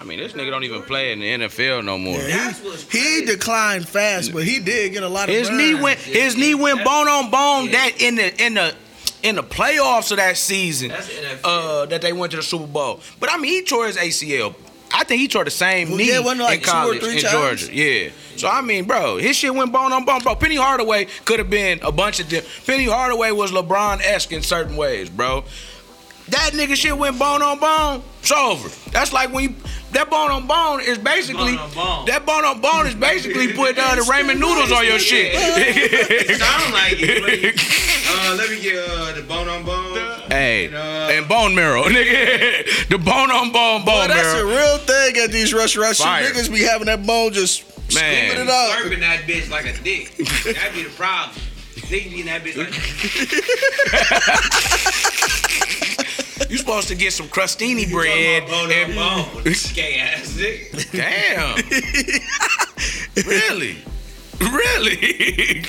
I mean, this nigga don't even play in the NFL no more.
Yeah,
That's what's
he, he
crazy.
declined fast, but he did get a lot of.
His
burn.
knee went. His knee went bone on bone. That in the in the in the playoffs of that season,
That's NFL.
uh, that they went to the Super Bowl. But I mean, he tore his ACL. I think he tore the same
Well,
knee
yeah, wasn't it like
in
two or
college
three
in
times?
Georgia. Yeah. So I mean, bro, his shit went bone on bone, bro. Penny Hardaway could have been a bunch of them. Penny Hardaway was LeBron esque in certain ways, bro. That nigga shit went bone on bone. It's over. That's like when you that bone on bone is basically
Bone on bone.
that bone on bone is basically putting uh, the Raymond noodles on your shit.
It sound like it. but- Uh, let me get uh, the bone on bone.
Hey,
And, uh,
and bone marrow, nigga. the bone on bone
Boy,
bone
that's a
marrow.
real thing at these rush rush
Oh, Fire.
niggas be having that bone just
Man.
scooping it up.
Slurping that bitch like a dick. That'd be the problem. Niggas be in that bitch like,
You supposed to get some crustini
talking
bread
about
and
bone on bone. Gay ass nigga.
damn. really, really.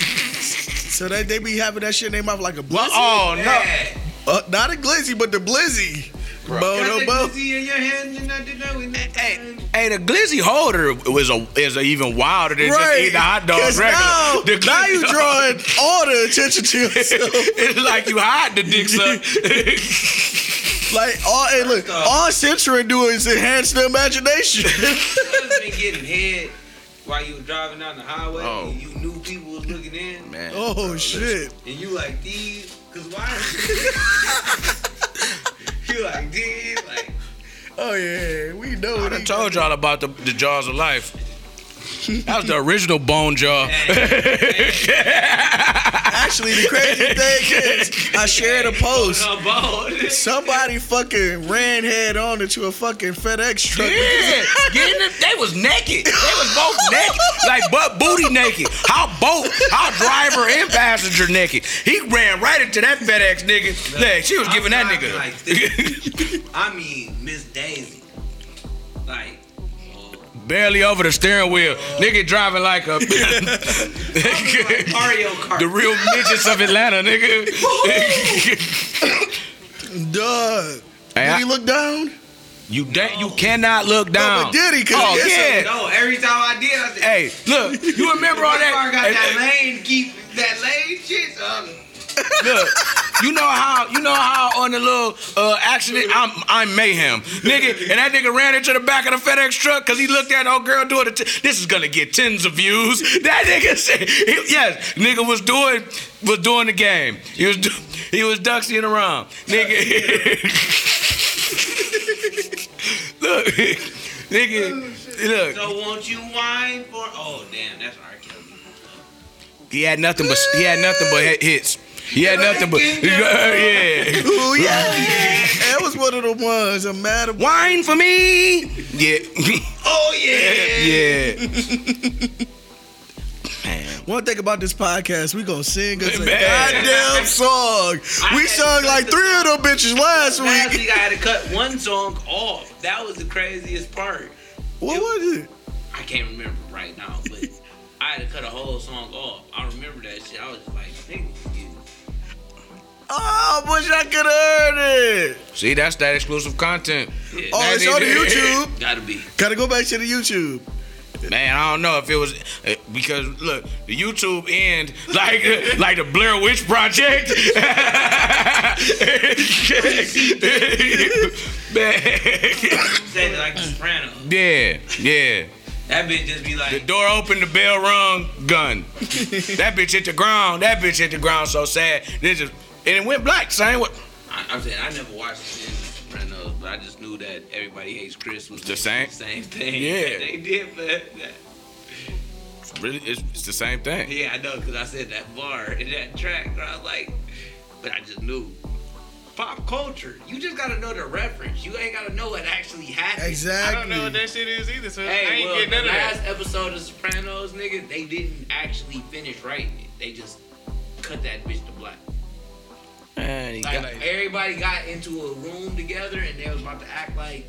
So they, they be having that shit in their mouth like a blizzy.
oh no.
Yeah.
Uh, not a glizzy, but the blizzy. Bodo Bo.
in your hand and I did that with
Hey, hey, the glizzy holder was a is a even wilder than just
Right.
eating a hot dog
'Cause
regular.
now,
The
now
glizzy
you
holder-
drawing all the attention to yourself.
it's like you hide the dick suck.
Like all hey look,
off-
all censoring do is enhance the imagination.
Must been getting head while you were driving down the highway
Oh.
and you knew people was looking in
Man,
oh shit.
and you like these cause why you like these like
Oh yeah, we know
I
what
done
he
told y'all about the, the jaws of life. That was the original bone jaw.
Actually the crazy thing is I shared a
Oh,
post.
a ball
Somebody fucking ran head on into a fucking FedEx truck.
Yeah, get in the, they was naked. They was both naked, like butt booty naked. How both, how driver and passenger naked. He ran right into that FedEx nigga. Look, she was
I'm
giving that
driving
nigga.
like this. I mean Miss Daisy like
barely over the steering wheel. Nigga driving like a
like Mario Kart
the real midgets of Atlanta, nigga.
Dog.
Hey,
Did
I-
he look down?
you da- you cannot look down.
but did he? 'Cause
Oh
he
yeah.
said
no every time I did I said
Hey, look, you remember all
my car got that
that?
lane keep that lane shit so I'm-
Look, you know how you know how on the little uh, accident I'm I'm mayhem, nigga, and that nigga ran into the back of the FedEx truck because he looked at old girl doing it. this is gonna get tens of views. That nigga said, he- yes, nigga was doing was doing the game. He was do, he was duxing around, nigga. look, nigga, look.
So won't you whine for? Oh damn, that's R. Kelly.
He had nothing but he had nothing but hit- hits. He had nothing but yeah.
Ooh oh, yeah. that was one of the ones. I'm mad about
Wine for me. Yeah.
Oh yeah.
yeah.
one thing about this podcast, we gonna sing us a
Man.
goddamn song.
I
We
had
sung
to
like
cut
three of them bitches last
Last
week.
week I had to cut one song off. That was the craziest part.
What was it?
I can't remember right now, but I had to cut a whole song off. I remember that shit. I was just like, nigga, you-
Oh, I wish I could heard it.
See, that's that exclusive content.
yeah,
Oh, it's on the YouTube.
gotta be.
Gotta go back to the YouTube.
Man, I don't know if it was uh, because look, the YouTube end like uh, like the Blair Witch Project. Man.
Say that like the Soprano.
Yeah, yeah.
That bitch just be
The
like,
door opened, the bell rung, gun. that bitch hit the ground. That bitch hit the ground so sad. This is and it went black. Same what
I, I'm saying I never watched the Sopranos, but I just knew that everybody hates Chris was
The same?
same thing.
Yeah.
they did, but.
really it's, it's the same thing.
Yeah, I know, because I said that bar in that track, and I was like, but I just knew. Pop culture. You just gotta know the reference. You ain't gotta know what actually happened.
I
Exactly.
don't know what that shit is either, so I
Hey,
ain't
well,
getting none
the
of that.
last episode of Sopranos, nigga, they didn't actually finish writing it. They just cut that bitch to black. Like, everybody got into a room together, and they was about to act like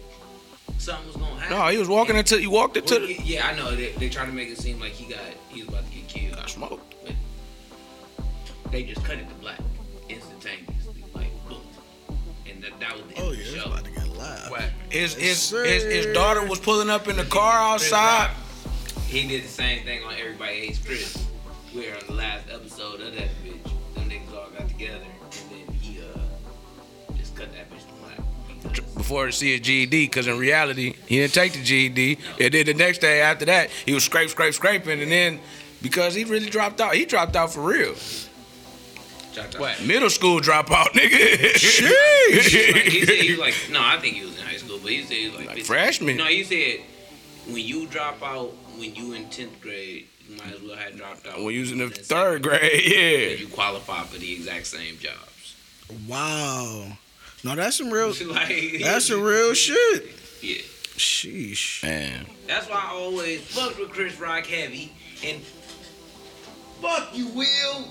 something was gonna happen.
No, he was walking into he walked into
Well,
the
yeah, yeah, I know. They, they trying to make it seem like he got he was about to get killed.
I smoked.
they just cut it to black instantaneously, like boom, and that, that was the end
Oh
of the
yeah, it's
show.
about to get loud.
Whack.
His his,
Yes,
his his
sir.
daughter was pulling up in the car
Chris
outside.
Rock, He did the same thing on Everybody Hates Chris, where on the last episode of that bitch, them niggas all got together, and then he uh just cut that bitch to black. because-
Before to see his GED, because in reality he didn't take the E GED. And then the next day after that, he was scrape, scrape, scraping, and then because he really dropped out, he dropped out for real.
What?
Middle school dropout, nigga.
Like, he said he was like no, I think he was in high school, but he said he was like,
Like
15.
freshman.
No, he said when you drop out when you in tenth grade, you might as well have dropped out
When you was in the
second
third grade, yeah.
You qualify for the exact same jobs.
Wow. No, that's some real.
like
That's some real shit.
Yeah.
Sheesh.
Man.
That's why I always fucked with Chris Rock heavy and fuck you, Will.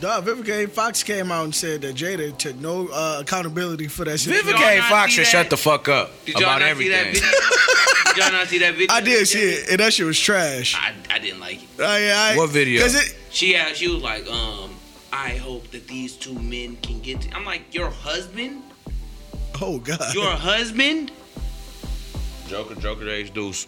Dog, Vivica A. Fox came out and said that Jada took no uh, accountability for that shit.
Vivica
y'all
A.
not
Fox
see
should
that?
shut the fuck up
Did y'all
about
not
everything.
see that video? Did y'all not see that video?
I did see it, and that shit was trash.
I, I didn't like it.
I, I,
What video?
'cause it-
She had, she was like, um, I hope that these two men can get. To-. I'm like, your husband?
Oh God.
Your husband?
Joker, Joker, Ace Deuce.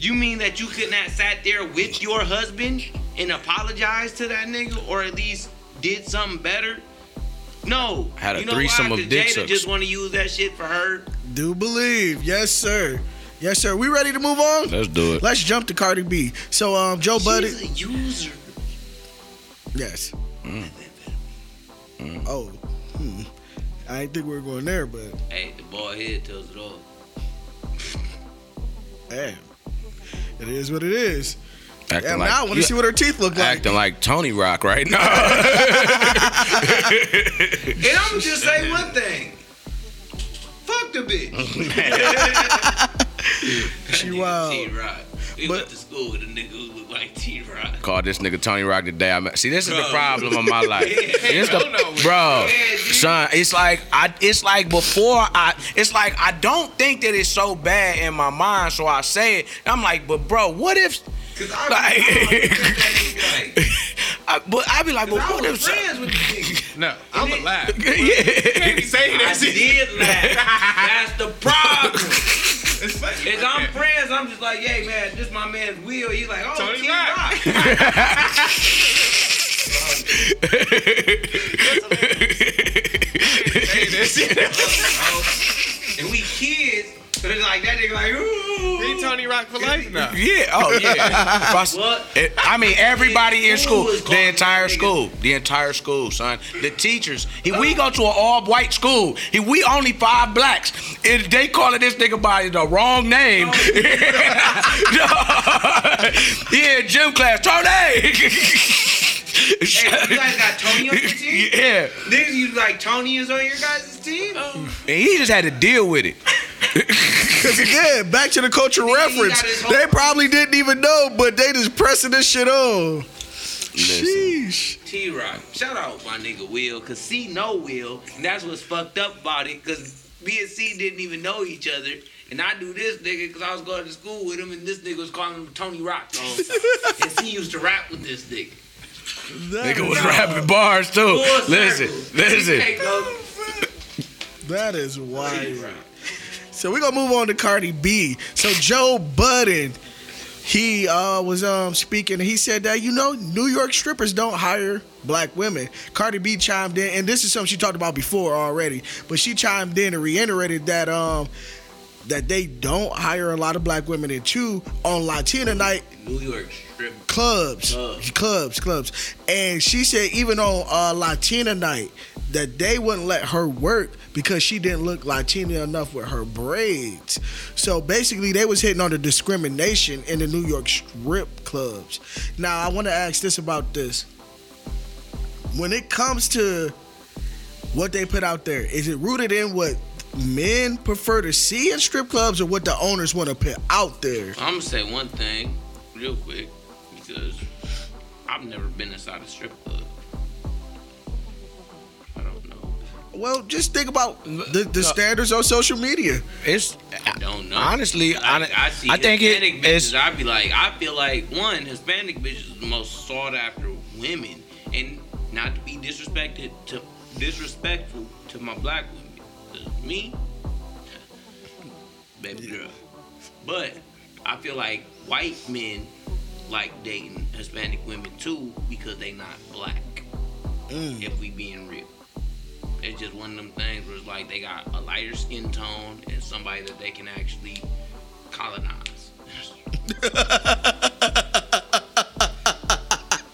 You mean that you could not sat there with your husband and apologized to that nigga, or at least did something better? No.
Had a
you know
threesome
why?
of
'Cause
dick
Jada
sucks.
just want to use that shit for her.
Do believe. Yes, sir. Yes, sir. We ready to move on?
Let's do it.
Let's jump to Cardi B. So, um, Joe Budden.
She's a user.
Yes.
Mm.
Oh. Hmm. I didn't think we were going there, but
Hey, the bald head tells it all.
hey, it is what it is.
Acting
Damn,
like,
now I want to
you
see what her teeth look like.
acting like Tony Rock right now.
And I'm just say one thing. Fuck the bitch.
She
T
wild.
Rock. We
But-
went to school with a nigga who looked like T Rock.
Called this nigga Tony Rock today. I'm, see, this is the
Bro.
problem of my life. This
Hell no,
the, bro,
Yeah, G.
son. It's like I. It's like before I. It's like I don't think that it's so bad in my mind, so I say it. I'm like, but bro, what if?
Cause I,
Like-
I, like,
I, but I be like, but
I
what
was
if? son-
friends with the nigga.
No, I'm
Nick.
alive. You
Yeah.
can't be saying
I
that shit.
did laugh. That's the problem.
It's funny.
If I'm friends, I'm just like, yeah, man, this my man's Will. He's like, oh,
Tony
T
Rock.
Rock.
saying that shit.
and we kids, but it's like that nigga like, ooh.
Be Tony Rock for life now.
Yeah. Oh yeah. If I s-
What?
it- I mean, everybody in
School
school,
is calling
the entire
niggas.
school, the entire school, son. The teachers. He, we go to an all-white school. He, we only five blacks. If they calling this nigga by the wrong name. yeah, gym class, Tony.
Hey, you guys got Tony on your team?
yeah.
Niggas, you like Tony is on your guys' team?
And he just had to deal with it.
Because again, back to the culture reference.
his whole-
They probably didn't even know, but they just pressing this shit on. Sheesh.
T Rock. Shout out my nigga Will, cause C know Will, and that's what's fucked up about it, cause me and C didn't even know each other. And I knew this nigga because I was going to school with him, and this nigga was calling him Tony Rock. the whole
Oh.
time. and C used to rap with this nigga.
That
Nigga
is-
was rapping bars too.
Full
Oh, Listen,
circle.
listen.
Hey, go
that is wild.
T-Rock.
So we're gonna move on to Cardi B. So Joe Budden, he uh, was um, speaking and he said that you know New York strippers don't hire black women. Cardi B chimed in, and this is something she talked about before already, but she chimed in and reiterated that um that they don't hire a lot of black women and two on Latina night
New York strip.
clubs,
Clubs.
clubs, clubs. And she said even on uh, Latina night that they wouldn't let her work because she didn't look Latina enough with her braids. So basically, they was hitting on the discrimination in the New York strip clubs. Now, I want to ask this about this. When it comes to what they put out there, is it rooted in what men prefer to see in strip clubs or what the owners want to put out there?
I'm gonna say one thing real quick because I've never been inside a strip club. I don't know.
Well, just think about the, the standards on social media.
It's
I don't know.
honestly, I,
Like, I see
I think it,
Hispanic
it's
bitches. I'd be like, I feel like one Hispanic bitches is the most sought after women, and not to be disrespected to disrespectful to my black women, 'cause me, baby girl. But I feel like white men like dating Hispanic women too because they not black.
Mm.
If we being real. It's just one of them things where it's like they got a lighter skin tone and somebody that they can actually colonize.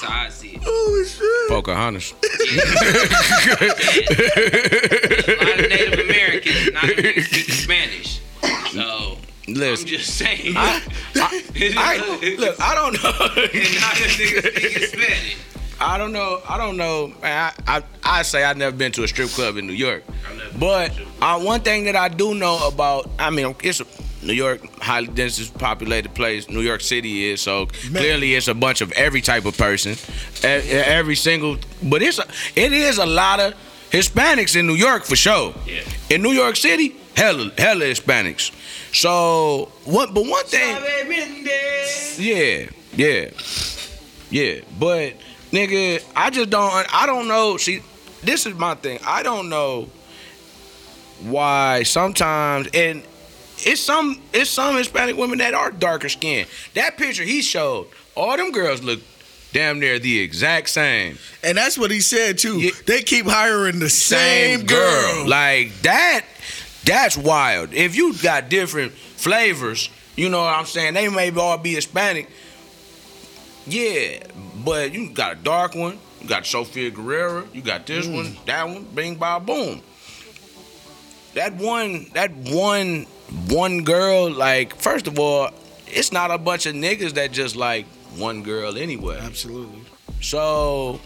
so I see it.
Oh shit!
Pocahontas.
A lot of Native Americans not even speak Spanish. So I'm
Listen,
just saying.
I, I,
It's just-
I, look, I don't know.
and not a nigga speaking Spanish.
I don't know. I don't know. Man, I, I I say I've never been to a strip club in New York, but uh, one thing that I do know about, I mean, it's a, New York, highly densely populated place. New York City is so clearly it's a bunch of every type of person, e- e- every single. But it's a, it is a lot of Hispanics in New York for sure.
Yeah.
In New York City, hella hella Hispanics. So what? But one thing.
Chave Mendez.
Yeah, yeah, yeah. But nigga, I just don't. I don't know. See, this is my thing. I don't know why sometimes and it's some it's some Hispanic women that are darker skinned. That picture he showed, all them girls look damn near the exact same.
And that's what he said too.
Yeah.
They keep hiring the same, girl.
Like that, that's wild. If you got different flavors, you know what I'm saying? They may all be Hispanic. Yeah, but you got a dark one, you got Sofia Guerrera, you got this
Mm.
one, that one, bing ba boom. That one, that one, one girl, like, first of all, it's not a bunch of niggas that just like one girl anyway.
Absolutely.
So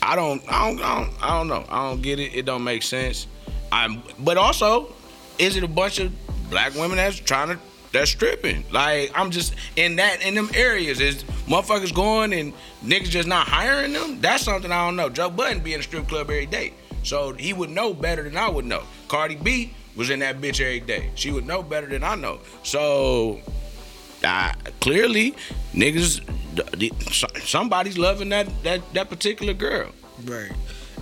I don't, I don't, I don't, I don't know. I don't get it. It don't make sense. I'm, but also, is it a bunch of black women that's trying to that's stripping? Like I'm just in that in them areas is motherfuckers going and niggas just not hiring them. That's something I don't know. Joe Budden be in a strip club every day, so he would know better than I would know. Cardi B was in that bitch every day. She would know better than I know. So I, clearly, niggas, the- the- somebody's loving that that that particular girl.
Right.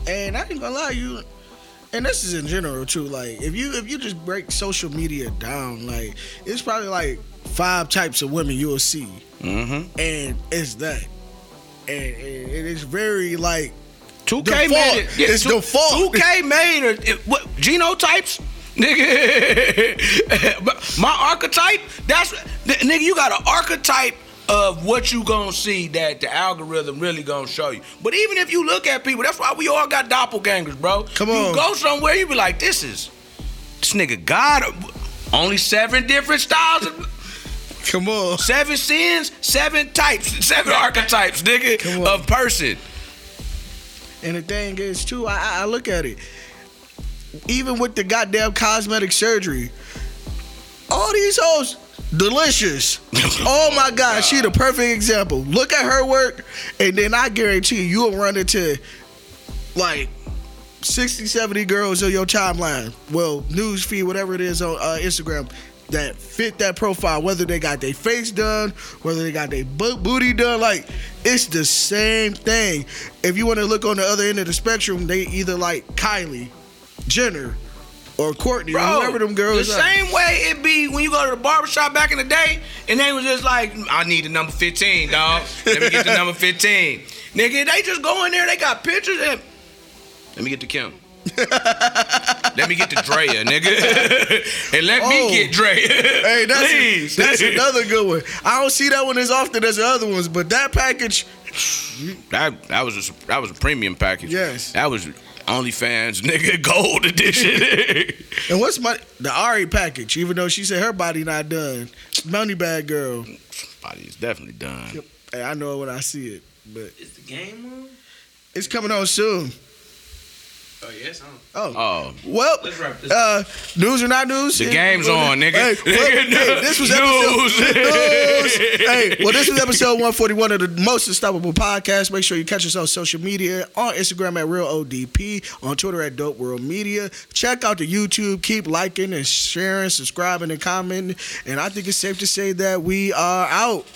And I ain't gonna lie, you and this is in general too, like if you if you just break social media down, like it's probably like five types of women you'll see.
Mm-hmm.
And it's that. And, and it is very like
Two K
Default.
made it.
It's default.
Two K made or it, what? Genotypes, nigga. But My archetype. That's th- nigga. You got an archetype of what you gonna see that the algorithm really gonna show you. But even if you look at people, that's why we all got doppelgangers, bro.
Come
You
on.
go somewhere, you be like, this is this nigga God. Only seven different styles of.
come on.
Seven sins, seven types, seven archetypes,
Come
nigga,
on.
of person.
And the thing is too, I- I, I look at it. Even with the goddamn cosmetic surgery, all these hoes delicious. oh my god, she the perfect example. Look at her work, and then I guarantee you, you'll run into like 60, 70 girls on your timeline. Well, news feed, whatever it is on uh, Instagram. That fit that profile, whether they got their face done, whether they got their bo- booty done, like it's the same thing. If you want to look on the other end of the spectrum, they either like Kylie Jenner or Courtney
Bro,
or whoever them girls
The
are.
same way it be when you go to the barbershop back in the day, and they was just like, I need the number 15, dog. Let me get the number 15. Nigga, they just go in there, they got pictures, and let me get the Kim. let me get the Drea, nigga. and let
Oh.
me get Drea.
Hey, that's
Please.
that's another good one. I don't see that one as often as the other ones, but that package,
That that was a, that was a premium package.
Yes.
That was OnlyFans nigga gold edition.
and what's my the Ari package? Even though she said her body not done, money bag girl.
Body is definitely done.
Hey, I know it when I see it, but
Is the game on?
it's coming on soon.
Oh yes, I'm.
Oh.
Oh,
well,
Let's wrap this
uh, news or not news?
The game's on, nigga.
Hey, well,
Nigga,
hey, this was episode.
news.
news. hey, well, this was episode 141 of the Most Unstoppable Podcast. Make sure you catch us on social media on Instagram at Real ODP, on Twitter at Dope World Media. Check out the YouTube. Keep liking and sharing, subscribing and commenting. And I think it's safe to say that we are out.